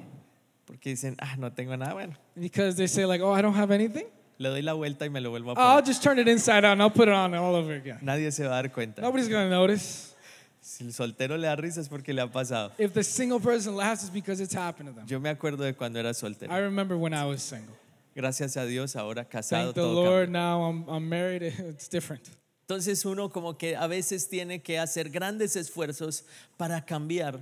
[SPEAKER 1] Porque dicen, ah, no tengo nada, bueno,
[SPEAKER 2] Because they say, like, oh, I don't have anything.
[SPEAKER 1] le doy la vuelta y me lo vuelvo a
[SPEAKER 2] Oh, I'll
[SPEAKER 1] poner.
[SPEAKER 2] just turn it inside out and I'll put it on all over again.
[SPEAKER 1] Nadie se va a dar cuenta.
[SPEAKER 2] Nobody's gonna notice.
[SPEAKER 1] Si el soltero le da risas porque le ha pasado.
[SPEAKER 2] If the single person laughs, it's because it's happened to them.
[SPEAKER 1] Yo me acuerdo de cuando era soltero.
[SPEAKER 2] I remember when I was single.
[SPEAKER 1] Gracias a Dios, ahora casado,
[SPEAKER 2] Thank the
[SPEAKER 1] todo cambió.
[SPEAKER 2] Lord, now I'm, I'm married, *laughs* it's different.
[SPEAKER 1] Entonces uno como que a veces tiene que hacer grandes esfuerzos para cambiar,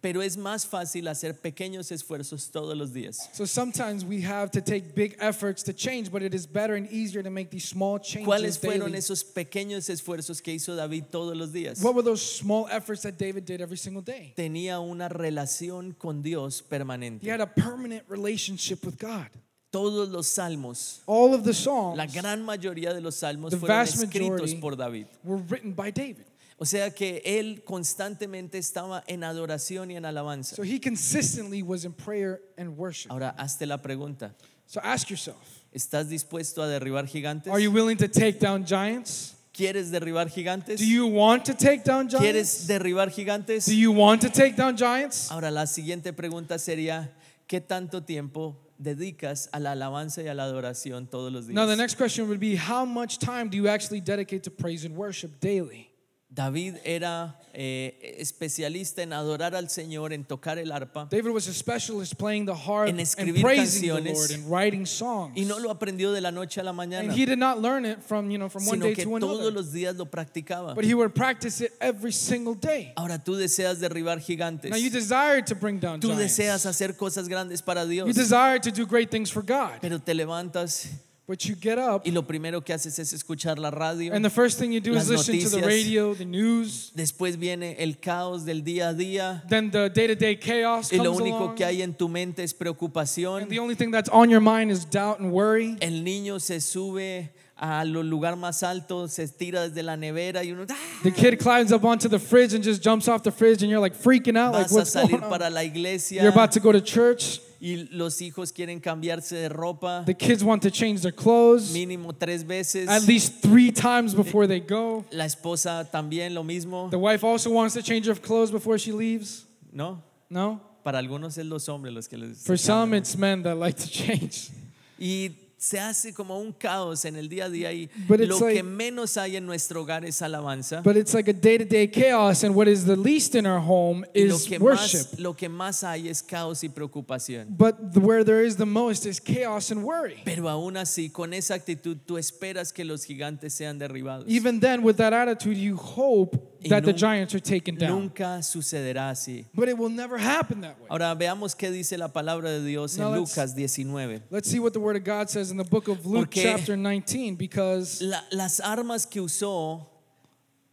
[SPEAKER 1] pero es más fácil hacer pequeños esfuerzos todos los días.
[SPEAKER 2] So sometimes we have to take big efforts to change, but it is better and easier to make these small changes.
[SPEAKER 1] ¿Cuáles fueron
[SPEAKER 2] Daily.
[SPEAKER 1] esos pequeños esfuerzos que hizo David todos los días?
[SPEAKER 2] What were those small efforts that David did every single day?
[SPEAKER 1] Tenía una relación con Dios
[SPEAKER 2] He
[SPEAKER 1] permanente.
[SPEAKER 2] had a permanent relationship with God.
[SPEAKER 1] Todos los salmos,
[SPEAKER 2] All of the songs
[SPEAKER 1] la gran mayoría de los salmos
[SPEAKER 2] The
[SPEAKER 1] fueron
[SPEAKER 2] vast
[SPEAKER 1] escritos
[SPEAKER 2] majority.
[SPEAKER 1] por David.
[SPEAKER 2] were written by David.
[SPEAKER 1] O sea que él constantemente estaba en adoración y en alabanza.
[SPEAKER 2] So he consistently was in prayer and worship.
[SPEAKER 1] Ahora, hazte la pregunta.
[SPEAKER 2] So ask yourself
[SPEAKER 1] ¿Estás dispuesto a derribar gigantes?
[SPEAKER 2] Are you willing to take down giants?
[SPEAKER 1] ¿Quieres derribar gigantes?
[SPEAKER 2] Do you want to take down
[SPEAKER 1] ¿Quieres
[SPEAKER 2] giants?
[SPEAKER 1] derribar gigantes?
[SPEAKER 2] Do you want to take down giants?
[SPEAKER 1] Ahora la siguiente pregunta sería, ¿qué tanto tiempo dedicas a la alabanza y a la adoración todos los días?
[SPEAKER 2] Now, the next question would be How much time do you actually dedicate to praise and worship daily?
[SPEAKER 1] David era eh, especialista en adorar al Señor, en tocar el arpa,
[SPEAKER 2] David was a specialist playing the harp
[SPEAKER 1] En
[SPEAKER 2] and
[SPEAKER 1] escribir
[SPEAKER 2] praising the
[SPEAKER 1] canciones.
[SPEAKER 2] Lord and writing songs.
[SPEAKER 1] y no lo aprendió de la noche a la
[SPEAKER 2] and
[SPEAKER 1] mañana,
[SPEAKER 2] he did not learn it from, you know, from one
[SPEAKER 1] sino
[SPEAKER 2] day
[SPEAKER 1] que
[SPEAKER 2] to another.
[SPEAKER 1] todos los días lo practicaba.
[SPEAKER 2] but he would practice it every single day.
[SPEAKER 1] Ahora tú deseas derribar
[SPEAKER 2] Now you
[SPEAKER 1] gigantes,
[SPEAKER 2] desire to bring down
[SPEAKER 1] tú
[SPEAKER 2] giants.
[SPEAKER 1] deseas hacer cosas grandes para
[SPEAKER 2] you
[SPEAKER 1] Dios,
[SPEAKER 2] desire to do great things for God.
[SPEAKER 1] pero te levantas
[SPEAKER 2] But you get up
[SPEAKER 1] y lo primero que haces es escuchar la radio.
[SPEAKER 2] and the first thing you do is
[SPEAKER 1] Las
[SPEAKER 2] listen to the
[SPEAKER 1] noticias.
[SPEAKER 2] radio, the news,
[SPEAKER 1] Después viene el caos del día a día
[SPEAKER 2] then the day-to-day chaos
[SPEAKER 1] y
[SPEAKER 2] comes
[SPEAKER 1] lo único
[SPEAKER 2] along.
[SPEAKER 1] que hay en tu mente es preocupación.
[SPEAKER 2] and the only thing that's on your mind is doubt and worry.
[SPEAKER 1] El niño se sube al lugar más alto, se estira desde la nevera y uno ¡ah!
[SPEAKER 2] The kid climbs up onto the fridge and just jumps off the fridge and you're like freaking out like
[SPEAKER 1] vas a
[SPEAKER 2] what's
[SPEAKER 1] salir
[SPEAKER 2] going on?
[SPEAKER 1] para la iglesia
[SPEAKER 2] You're about to go to church.
[SPEAKER 1] y los hijos quieren cambiarse de ropa
[SPEAKER 2] The kids want to change their clothes
[SPEAKER 1] mínimo tres veces.
[SPEAKER 2] at least 3 times before they go.
[SPEAKER 1] La esposa también lo mismo,
[SPEAKER 2] The wife also wants to change her clothes before she leaves.
[SPEAKER 1] ¿no?
[SPEAKER 2] No?
[SPEAKER 1] Para algunos es los hombres los que les
[SPEAKER 2] For some it's men that like to change.
[SPEAKER 1] y se hace como un caos en el día a día y
[SPEAKER 2] But it's
[SPEAKER 1] lo
[SPEAKER 2] like-
[SPEAKER 1] que menos hay en nuestro hogar es alabanza.
[SPEAKER 2] But it's like a day-to-day chaos and what is the least in our home
[SPEAKER 1] Y lo
[SPEAKER 2] is
[SPEAKER 1] que,
[SPEAKER 2] worship.
[SPEAKER 1] más, lo que más hay es caos y preocupación.
[SPEAKER 2] But the, where there is the most is chaos and worry.
[SPEAKER 1] Pero aún así, con esa actitud, tú esperas que los gigantes sean derribados.
[SPEAKER 2] Even then with that attitude you hope
[SPEAKER 1] Y
[SPEAKER 2] that the
[SPEAKER 1] nun-
[SPEAKER 2] giants are taken down.
[SPEAKER 1] Nunca sucederá así.
[SPEAKER 2] But it will never happen that way.
[SPEAKER 1] Ahora veamos qué dice la palabra de Dios
[SPEAKER 2] Now
[SPEAKER 1] en
[SPEAKER 2] let's-
[SPEAKER 1] Lucas 19.
[SPEAKER 2] Let's see what the Word of God says in the book of Luke,
[SPEAKER 1] Porque-
[SPEAKER 2] chapter 19, because
[SPEAKER 1] La- las armas que usó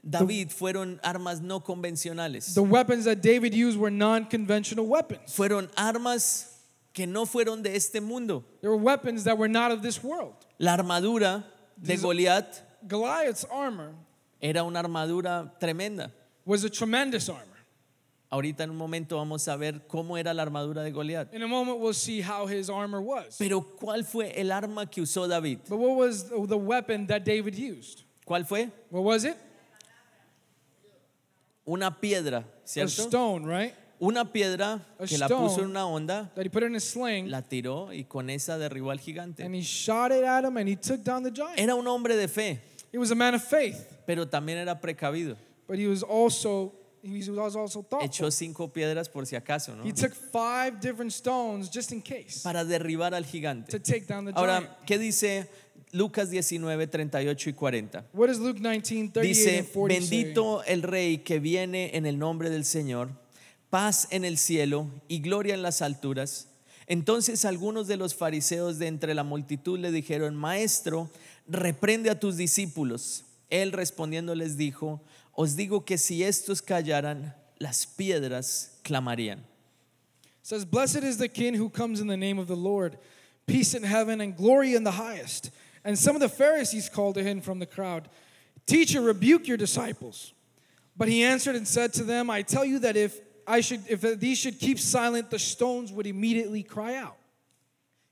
[SPEAKER 1] David fueron armas no convencionales.
[SPEAKER 2] the weapons that David used were non conventional weapons.
[SPEAKER 1] Fueron armas que no fueron de este mundo.
[SPEAKER 2] They were weapons that were not of this world.
[SPEAKER 1] La armadura de
[SPEAKER 2] These-
[SPEAKER 1] Goliat
[SPEAKER 2] Goliath's armor
[SPEAKER 1] era una armadura tremenda.
[SPEAKER 2] was a tremendous armor.
[SPEAKER 1] Ahorita en un momento vamos a ver cómo era la armadura de Goliat.
[SPEAKER 2] In a moment, we'll see how his armor was.
[SPEAKER 1] Pero ¿cuál fue el arma que usó David?
[SPEAKER 2] But what was the the weapon that David used?
[SPEAKER 1] ¿Cuál fue?
[SPEAKER 2] What was it?
[SPEAKER 1] Una piedra,
[SPEAKER 2] A
[SPEAKER 1] ¿cierto?
[SPEAKER 2] stone, right?
[SPEAKER 1] Una piedra
[SPEAKER 2] A
[SPEAKER 1] que la puso
[SPEAKER 2] stone.
[SPEAKER 1] en una onda,
[SPEAKER 2] That he put in a sling
[SPEAKER 1] la tiró y con esa derribó al gigante.
[SPEAKER 2] and he shot it at him and he took down the giant.
[SPEAKER 1] Era un hombre de fe,
[SPEAKER 2] He was a man of faith,
[SPEAKER 1] pero también era precavido.
[SPEAKER 2] but he was also he was also thoughtful.
[SPEAKER 1] Echó cinco piedras por si acaso, ¿no?
[SPEAKER 2] He took five different stones just in case.
[SPEAKER 1] Para derribar al
[SPEAKER 2] to
[SPEAKER 1] gigante.
[SPEAKER 2] take down the giant.
[SPEAKER 1] Ahora, ¿qué dice Lucas 19, 38 y 40?
[SPEAKER 2] What does Luke 19, 38 and
[SPEAKER 1] Dice,
[SPEAKER 2] 40 say?
[SPEAKER 1] bendito el rey que viene en el nombre del Señor, paz en el cielo y gloria en las alturas. Entonces algunos de los fariseos de entre la multitud le dijeron, maestro, reprende a tus discípulos. Él respondiendo les dijo, os digo que si estos callaran, las piedras clamarían.
[SPEAKER 2] says, Blessed is the king who comes in the name of the Lord, peace in heaven and glory in the highest. And some of the Pharisees called to him from the crowd, Teacher, rebuke your disciples. But he answered and said to them, I tell you that if I should if these should keep silent, the stones would immediately cry out.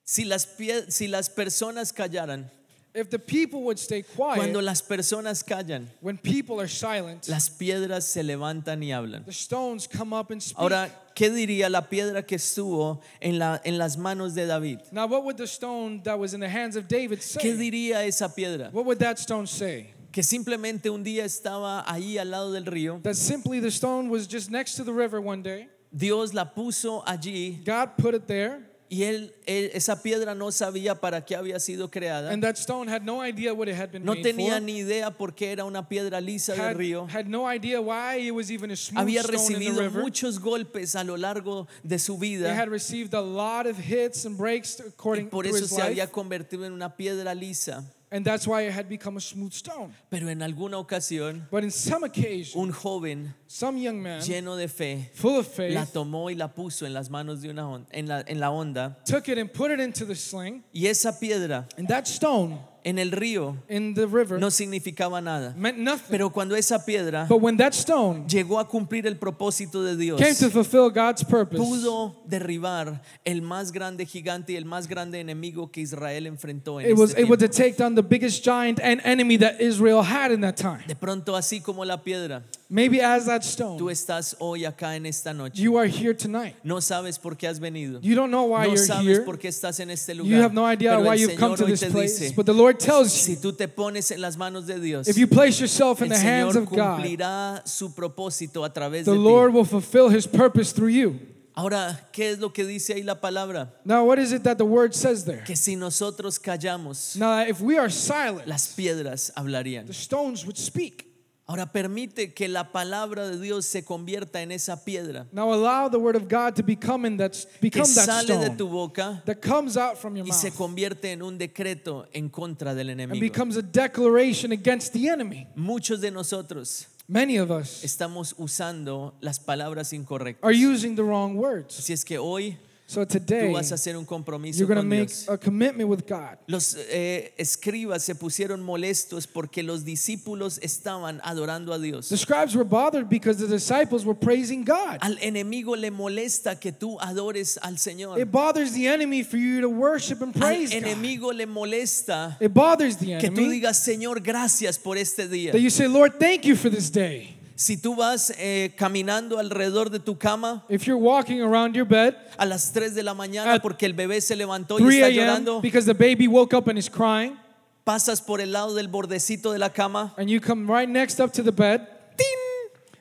[SPEAKER 1] Si las, pie- si las personas callaran,
[SPEAKER 2] If the people would stay quiet,
[SPEAKER 1] cuando las personas callan,
[SPEAKER 2] when people are silent,
[SPEAKER 1] las piedras se levantan y hablan.
[SPEAKER 2] the stones come up and speak.
[SPEAKER 1] Ahora, ¿qué diría la piedra que estuvo en, la, en las manos de David?
[SPEAKER 2] now, what would the stone that was in the hands of David
[SPEAKER 1] ¿Qué
[SPEAKER 2] say?
[SPEAKER 1] diría esa piedra?
[SPEAKER 2] What would that stone say?
[SPEAKER 1] Que simplemente un día estaba ahí al lado del río,
[SPEAKER 2] That simply the stone was just next to the river one day.
[SPEAKER 1] Dios la puso allí
[SPEAKER 2] God put it there,
[SPEAKER 1] y él, él- esa piedra no sabía para qué había sido creada,
[SPEAKER 2] and that stone had no idea what it had been
[SPEAKER 1] no
[SPEAKER 2] made
[SPEAKER 1] tenía
[SPEAKER 2] for.
[SPEAKER 1] ni idea por qué era una piedra lisa del
[SPEAKER 2] Had,
[SPEAKER 1] río,
[SPEAKER 2] had no idea why it was even a smooth
[SPEAKER 1] había
[SPEAKER 2] stone in the
[SPEAKER 1] recibido
[SPEAKER 2] river.
[SPEAKER 1] muchos golpes a lo largo de su
[SPEAKER 2] It
[SPEAKER 1] vida
[SPEAKER 2] had received a lot of hits and breaks
[SPEAKER 1] y
[SPEAKER 2] according
[SPEAKER 1] por
[SPEAKER 2] to
[SPEAKER 1] eso
[SPEAKER 2] his
[SPEAKER 1] se
[SPEAKER 2] life,
[SPEAKER 1] había convertido en una piedra lisa.
[SPEAKER 2] and that's why it had become a smooth stone.
[SPEAKER 1] Pero en alguna ocasión,
[SPEAKER 2] But in some occasion,
[SPEAKER 1] un joven
[SPEAKER 2] some young man,
[SPEAKER 1] lleno de fe
[SPEAKER 2] full of
[SPEAKER 1] la
[SPEAKER 2] faith,
[SPEAKER 1] tomó y la puso en las manos de una on- en la, en la onda
[SPEAKER 2] took it and put it into the sling,
[SPEAKER 1] y esa piedra
[SPEAKER 2] and that stone
[SPEAKER 1] en el río
[SPEAKER 2] in the river
[SPEAKER 1] no significaba nada
[SPEAKER 2] meant nothing.
[SPEAKER 1] pero cuando esa piedra
[SPEAKER 2] But when that stone
[SPEAKER 1] llegó a cumplir el propósito de Dios
[SPEAKER 2] came to fulfill God's purpose,
[SPEAKER 1] pudo derribar el más grande gigante y el más grande enemigo que Israel enfrentó en
[SPEAKER 2] it was
[SPEAKER 1] este
[SPEAKER 2] able to
[SPEAKER 1] tiempo.
[SPEAKER 2] take down the biggest giant and enemy that Israel had in that time.
[SPEAKER 1] de pronto así como la piedra
[SPEAKER 2] Maybe as
[SPEAKER 1] Tú
[SPEAKER 2] that stone,
[SPEAKER 1] estás hoy acá en esta noche.
[SPEAKER 2] you are here tonight.
[SPEAKER 1] No sabes por qué has venido.
[SPEAKER 2] You don't know why
[SPEAKER 1] No
[SPEAKER 2] you're
[SPEAKER 1] sabes
[SPEAKER 2] here.
[SPEAKER 1] por qué estás en este lugar.
[SPEAKER 2] You have no idea
[SPEAKER 1] Pero el
[SPEAKER 2] why you've
[SPEAKER 1] Señor
[SPEAKER 2] come to
[SPEAKER 1] hoy
[SPEAKER 2] this
[SPEAKER 1] te
[SPEAKER 2] place.
[SPEAKER 1] dice,
[SPEAKER 2] But the Lord tells
[SPEAKER 1] si
[SPEAKER 2] you
[SPEAKER 1] tú te pones en las manos de Dios,
[SPEAKER 2] if you place yourself in
[SPEAKER 1] el
[SPEAKER 2] the hands
[SPEAKER 1] Señor
[SPEAKER 2] of God,
[SPEAKER 1] cumplirá su propósito a través
[SPEAKER 2] the
[SPEAKER 1] de
[SPEAKER 2] Lord will fulfill his purpose through you.
[SPEAKER 1] ti. Ahora, ¿qué es lo que dice ahí la palabra?
[SPEAKER 2] Now, what is it that the word says there?
[SPEAKER 1] Que si nosotros callamos,
[SPEAKER 2] Now, if we are silent,
[SPEAKER 1] las piedras hablarían.
[SPEAKER 2] the stones would speak.
[SPEAKER 1] Ahora permite que la palabra de Dios se convierta en esa piedra
[SPEAKER 2] Now, allow the word of God to become in that
[SPEAKER 1] que
[SPEAKER 2] become that
[SPEAKER 1] sale de tu
[SPEAKER 2] stone
[SPEAKER 1] boca
[SPEAKER 2] that comes out from your
[SPEAKER 1] y se
[SPEAKER 2] mouth
[SPEAKER 1] convierte en un decreto en contra del
[SPEAKER 2] and
[SPEAKER 1] enemigo.
[SPEAKER 2] becomes a declaration against the enemy.
[SPEAKER 1] Muchos de nosotros
[SPEAKER 2] Many of us
[SPEAKER 1] estamos usando las palabras incorrectas.
[SPEAKER 2] are using the wrong words.
[SPEAKER 1] Si es que hoy
[SPEAKER 2] So
[SPEAKER 1] tú
[SPEAKER 2] today,
[SPEAKER 1] vas a hacer un compromiso
[SPEAKER 2] you're going to
[SPEAKER 1] con
[SPEAKER 2] make
[SPEAKER 1] Dios.
[SPEAKER 2] a commitment with God.
[SPEAKER 1] Los eh, escribas se pusieron molestos porque los discípulos estaban adorando a
[SPEAKER 2] The
[SPEAKER 1] Dios.
[SPEAKER 2] scribes were bothered because the disciples were praising God.
[SPEAKER 1] Al enemigo le molesta que tú adores al Señor.
[SPEAKER 2] It bothers the enemy for you to worship and
[SPEAKER 1] Al
[SPEAKER 2] praise God.
[SPEAKER 1] enemigo le molesta
[SPEAKER 2] It bothers the
[SPEAKER 1] que tú
[SPEAKER 2] enemy
[SPEAKER 1] digas, Señor, gracias por este día.
[SPEAKER 2] that you say, Lord, thank you for this day.
[SPEAKER 1] Si tú vas eh, caminando alrededor de tu cama
[SPEAKER 2] If you're walking around your bed,
[SPEAKER 1] a las 3 de la mañana
[SPEAKER 2] At
[SPEAKER 1] porque el bebé se levantó y
[SPEAKER 2] 3
[SPEAKER 1] está
[SPEAKER 2] a.m.,
[SPEAKER 1] llorando,
[SPEAKER 2] because the baby woke up and is crying,
[SPEAKER 1] pasas por el lado del bordecito de la cama.
[SPEAKER 2] and you come right next up to the bed,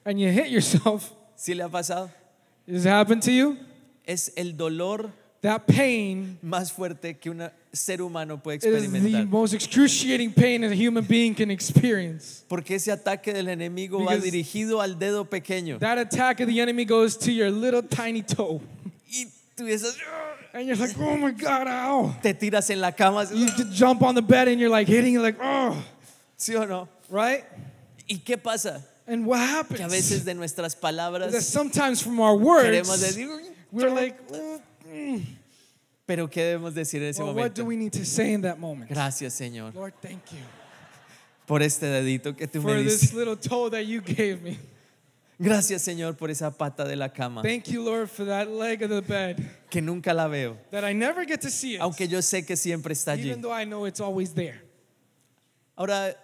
[SPEAKER 2] and you hit yourself, *laughs*
[SPEAKER 1] ¿Sí le ha pasado?
[SPEAKER 2] this happened to you?
[SPEAKER 1] Es el dolor
[SPEAKER 2] That pain
[SPEAKER 1] más fuerte que un ser humano puede
[SPEAKER 2] is the
[SPEAKER 1] experimentar.
[SPEAKER 2] most excruciating pain a human being can experience.
[SPEAKER 1] Porque ese ataque del enemigo va
[SPEAKER 2] Because-
[SPEAKER 1] dirigido al dedo pequeño.
[SPEAKER 2] That attack of the enemy goes to your little tiny toe.
[SPEAKER 1] y tú dices, "Ugh",
[SPEAKER 2] And you're like, oh my God, ow.
[SPEAKER 1] te tiras en la cama,
[SPEAKER 2] You just jump on the bed and you're like hitting it, like, oh,
[SPEAKER 1] ¿sí o no?
[SPEAKER 2] right?
[SPEAKER 1] ¿Y qué pasa?
[SPEAKER 2] And what happens?
[SPEAKER 1] Que a veces de nuestras
[SPEAKER 2] is that
[SPEAKER 1] palabras
[SPEAKER 2] sometimes from our
[SPEAKER 1] queremos
[SPEAKER 2] words,
[SPEAKER 1] decir,
[SPEAKER 2] we're like, "Well,
[SPEAKER 1] pero ¿qué debemos decir en ese
[SPEAKER 2] what do
[SPEAKER 1] momento?
[SPEAKER 2] we need to say in that moment?
[SPEAKER 1] Gracias, Señor,
[SPEAKER 2] Lord, thank you
[SPEAKER 1] por este dedito que tú
[SPEAKER 2] for
[SPEAKER 1] me
[SPEAKER 2] this
[SPEAKER 1] diste.
[SPEAKER 2] little toe that you gave me.
[SPEAKER 1] Gracias, Señor, por esa pata de la cama,
[SPEAKER 2] Thank you, Lord, for that leg of the bed
[SPEAKER 1] que nunca la veo,
[SPEAKER 2] that I never get to see it,
[SPEAKER 1] aunque yo sé que siempre está allí.
[SPEAKER 2] even though I know it's always there.
[SPEAKER 1] Ahora,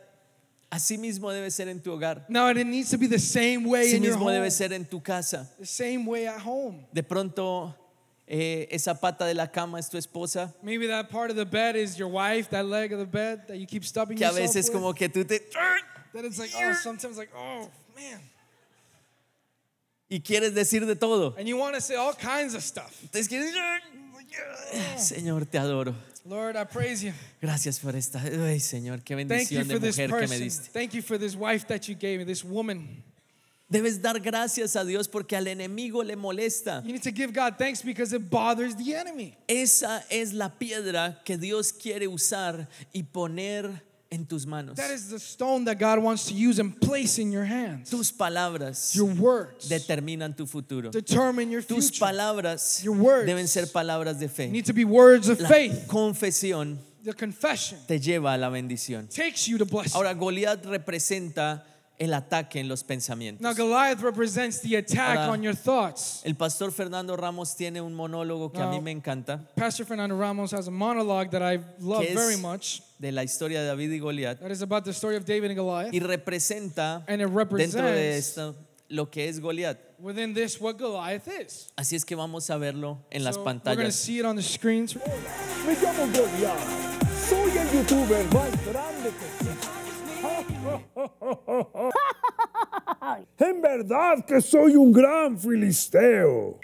[SPEAKER 1] así mismo debe ser en tu hogar,
[SPEAKER 2] Now, it needs to be the same way
[SPEAKER 1] así
[SPEAKER 2] in your
[SPEAKER 1] mismo
[SPEAKER 2] home,
[SPEAKER 1] debe ser en tu casa.
[SPEAKER 2] the same way at home.
[SPEAKER 1] De pronto, eh, esa pata de la cama es tu esposa,
[SPEAKER 2] Maybe that part of the bed is your wife, that leg of the bed that you keep stubbing
[SPEAKER 1] que a
[SPEAKER 2] yourself
[SPEAKER 1] veces
[SPEAKER 2] with.
[SPEAKER 1] como que tú te...
[SPEAKER 2] That it's like, oh, sometimes like, oh, man.
[SPEAKER 1] Y quieres decir de todo.
[SPEAKER 2] And you want to say all kinds of stuff.
[SPEAKER 1] Entonces quieres... Señor, te adoro.
[SPEAKER 2] Lord, I praise you.
[SPEAKER 1] Gracias por esta... Ay, Señor, qué
[SPEAKER 2] Thank you
[SPEAKER 1] bendición
[SPEAKER 2] for
[SPEAKER 1] de
[SPEAKER 2] this
[SPEAKER 1] mujer que me
[SPEAKER 2] person.
[SPEAKER 1] diste.
[SPEAKER 2] Thank you for this wife that you gave me, this woman.
[SPEAKER 1] Debes dar gracias a Dios porque al enemigo le molesta.
[SPEAKER 2] You need to give God thanks because it bothers the enemy.
[SPEAKER 1] Esa es la piedra que Dios quiere usar y poner en tus manos.
[SPEAKER 2] That is the stone that God wants to use and place in your hands.
[SPEAKER 1] Tus palabras
[SPEAKER 2] Your words
[SPEAKER 1] determinan tu futuro.
[SPEAKER 2] determine your
[SPEAKER 1] Tus
[SPEAKER 2] future.
[SPEAKER 1] palabras
[SPEAKER 2] Your words
[SPEAKER 1] deben ser palabras de fe.
[SPEAKER 2] Need to be words of
[SPEAKER 1] La
[SPEAKER 2] faith.
[SPEAKER 1] confesión
[SPEAKER 2] The confession
[SPEAKER 1] te lleva a la bendición.
[SPEAKER 2] takes you to blessing.
[SPEAKER 1] Ahora, Goliat representa el ataque en los
[SPEAKER 2] Now
[SPEAKER 1] pensamientos.
[SPEAKER 2] Goliath represents the attack
[SPEAKER 1] Ahora-
[SPEAKER 2] on your thoughts.
[SPEAKER 1] El pastor Fernando Ramos tiene un monólogo que a mí
[SPEAKER 2] Now-
[SPEAKER 1] me encanta,
[SPEAKER 2] Pastor Fernando Ramos has a monologue that I love
[SPEAKER 1] Que es-
[SPEAKER 2] very much.
[SPEAKER 1] de la historia de David y Goliat,
[SPEAKER 2] That is about the story of David and Goliath.
[SPEAKER 1] y representa
[SPEAKER 2] And it
[SPEAKER 1] dentro de
[SPEAKER 2] represents
[SPEAKER 1] esto lo que es Goliat.
[SPEAKER 2] within this what Goliath is.
[SPEAKER 1] Así es que vamos a verlo en las
[SPEAKER 2] So We're going to
[SPEAKER 1] pantallas.
[SPEAKER 2] see it on the screens.
[SPEAKER 3] Me llamo Goliat. Soy el youtuber más grande que existe. *laughs* En verdad que soy un gran filisteo.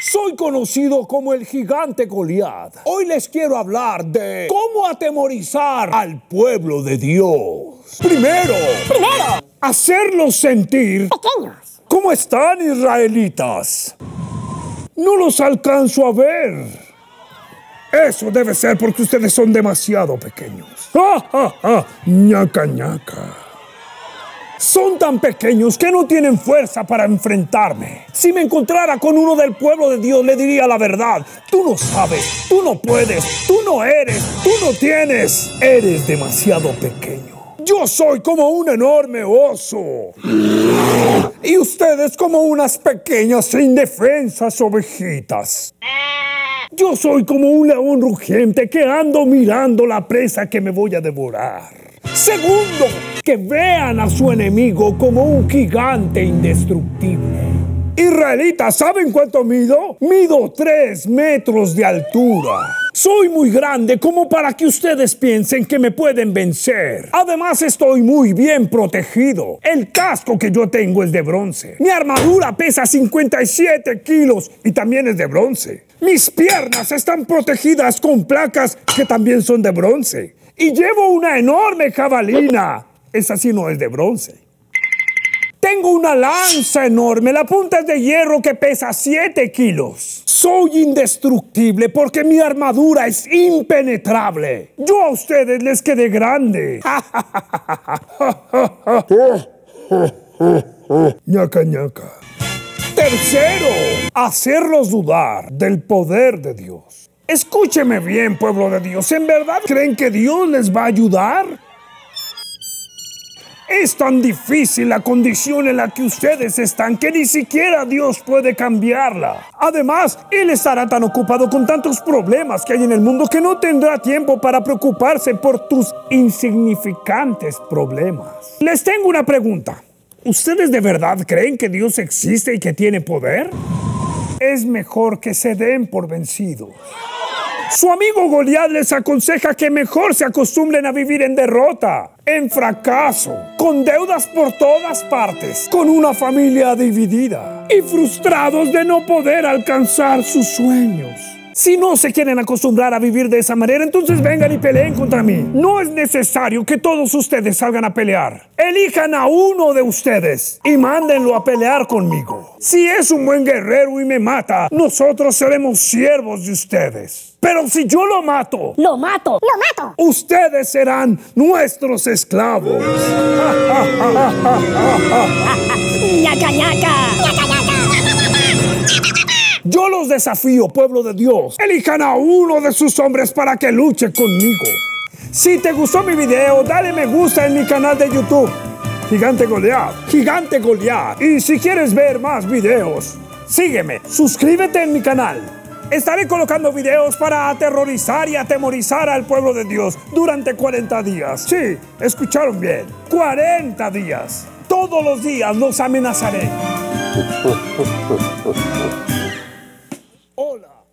[SPEAKER 3] Soy conocido como el gigante Goliat. Hoy les quiero hablar de cómo atemorizar al pueblo de Dios. Primero, primero, hacerlos sentir pequeños. ¿Cómo están, israelitas? No los alcanzo a ver. Eso debe ser porque ustedes son demasiado pequeños. *laughs* ¡Ja, ja, ja! ñaca ñaca! Son tan pequeños que no tienen fuerza para enfrentarme. Si me encontrara con uno del pueblo de Dios, le diría la verdad. Tú no sabes, tú no puedes, tú no eres, tú no tienes. Eres demasiado pequeño. Yo soy como un enorme oso. Y ustedes como unas pequeñas e indefensas ovejitas. Yo soy como un león rugiente que ando mirando la presa que me voy a devorar. Segundo, que vean a su enemigo como un gigante indestructible. Israelitas, ¿saben cuánto mido? Mido 3 metros de altura. Soy muy grande como para que ustedes piensen que me pueden vencer. Además estoy muy bien protegido. El casco que yo tengo es de bronce. Mi armadura pesa 57 kilos y también es de bronce. Mis piernas están protegidas con placas que también son de bronce. Y llevo una enorme jabalina. Esa sí no es de bronce. Tengo una lanza enorme, la punta es de hierro que pesa 7 kilos. Soy indestructible porque mi armadura es impenetrable. Yo a ustedes les quedé grande. *laughs* ñaca ñaca. Tercero, hacerlos dudar del poder de Dios. Escúcheme bien, pueblo de Dios. ¿En verdad creen que Dios les va a ayudar? Es tan difícil la condición en la que ustedes están que ni siquiera Dios puede cambiarla. Además, Él estará tan ocupado con tantos problemas que hay en el mundo que no tendrá tiempo para preocuparse por tus insignificantes problemas. Les tengo una pregunta. ¿Ustedes de verdad creen que Dios existe y que tiene poder? Es mejor que se den por vencidos. Su amigo Goliat les aconseja que mejor se acostumbren a vivir en derrota, en fracaso, con deudas por todas partes, con una familia dividida y frustrados de no poder alcanzar sus sueños. Si no se quieren acostumbrar a vivir de esa manera, entonces vengan y peleen contra mí. No es necesario que todos ustedes salgan a pelear. Elijan a uno de ustedes y mándenlo a pelear conmigo. Si es un buen guerrero y me mata, nosotros seremos siervos de ustedes. Pero si yo lo mato,
[SPEAKER 4] Lo mato. Lo mato.
[SPEAKER 3] ustedes serán nuestros esclavos.
[SPEAKER 4] Ñaca, ñaca. Ñaca,
[SPEAKER 3] Yo los desafío, pueblo de Dios. Elijan a uno de sus hombres para que luche conmigo. Si te gustó mi video, dale me gusta en mi canal de YouTube. Gigante Goliat, Gigante Goliat. Y si quieres ver más videos, sígueme, suscríbete en mi canal. Estaré colocando videos para aterrorizar y atemorizar al pueblo de Dios durante 40 días. Sí, escucharon bien. 40 días. Todos los días los amenazaré. Hola.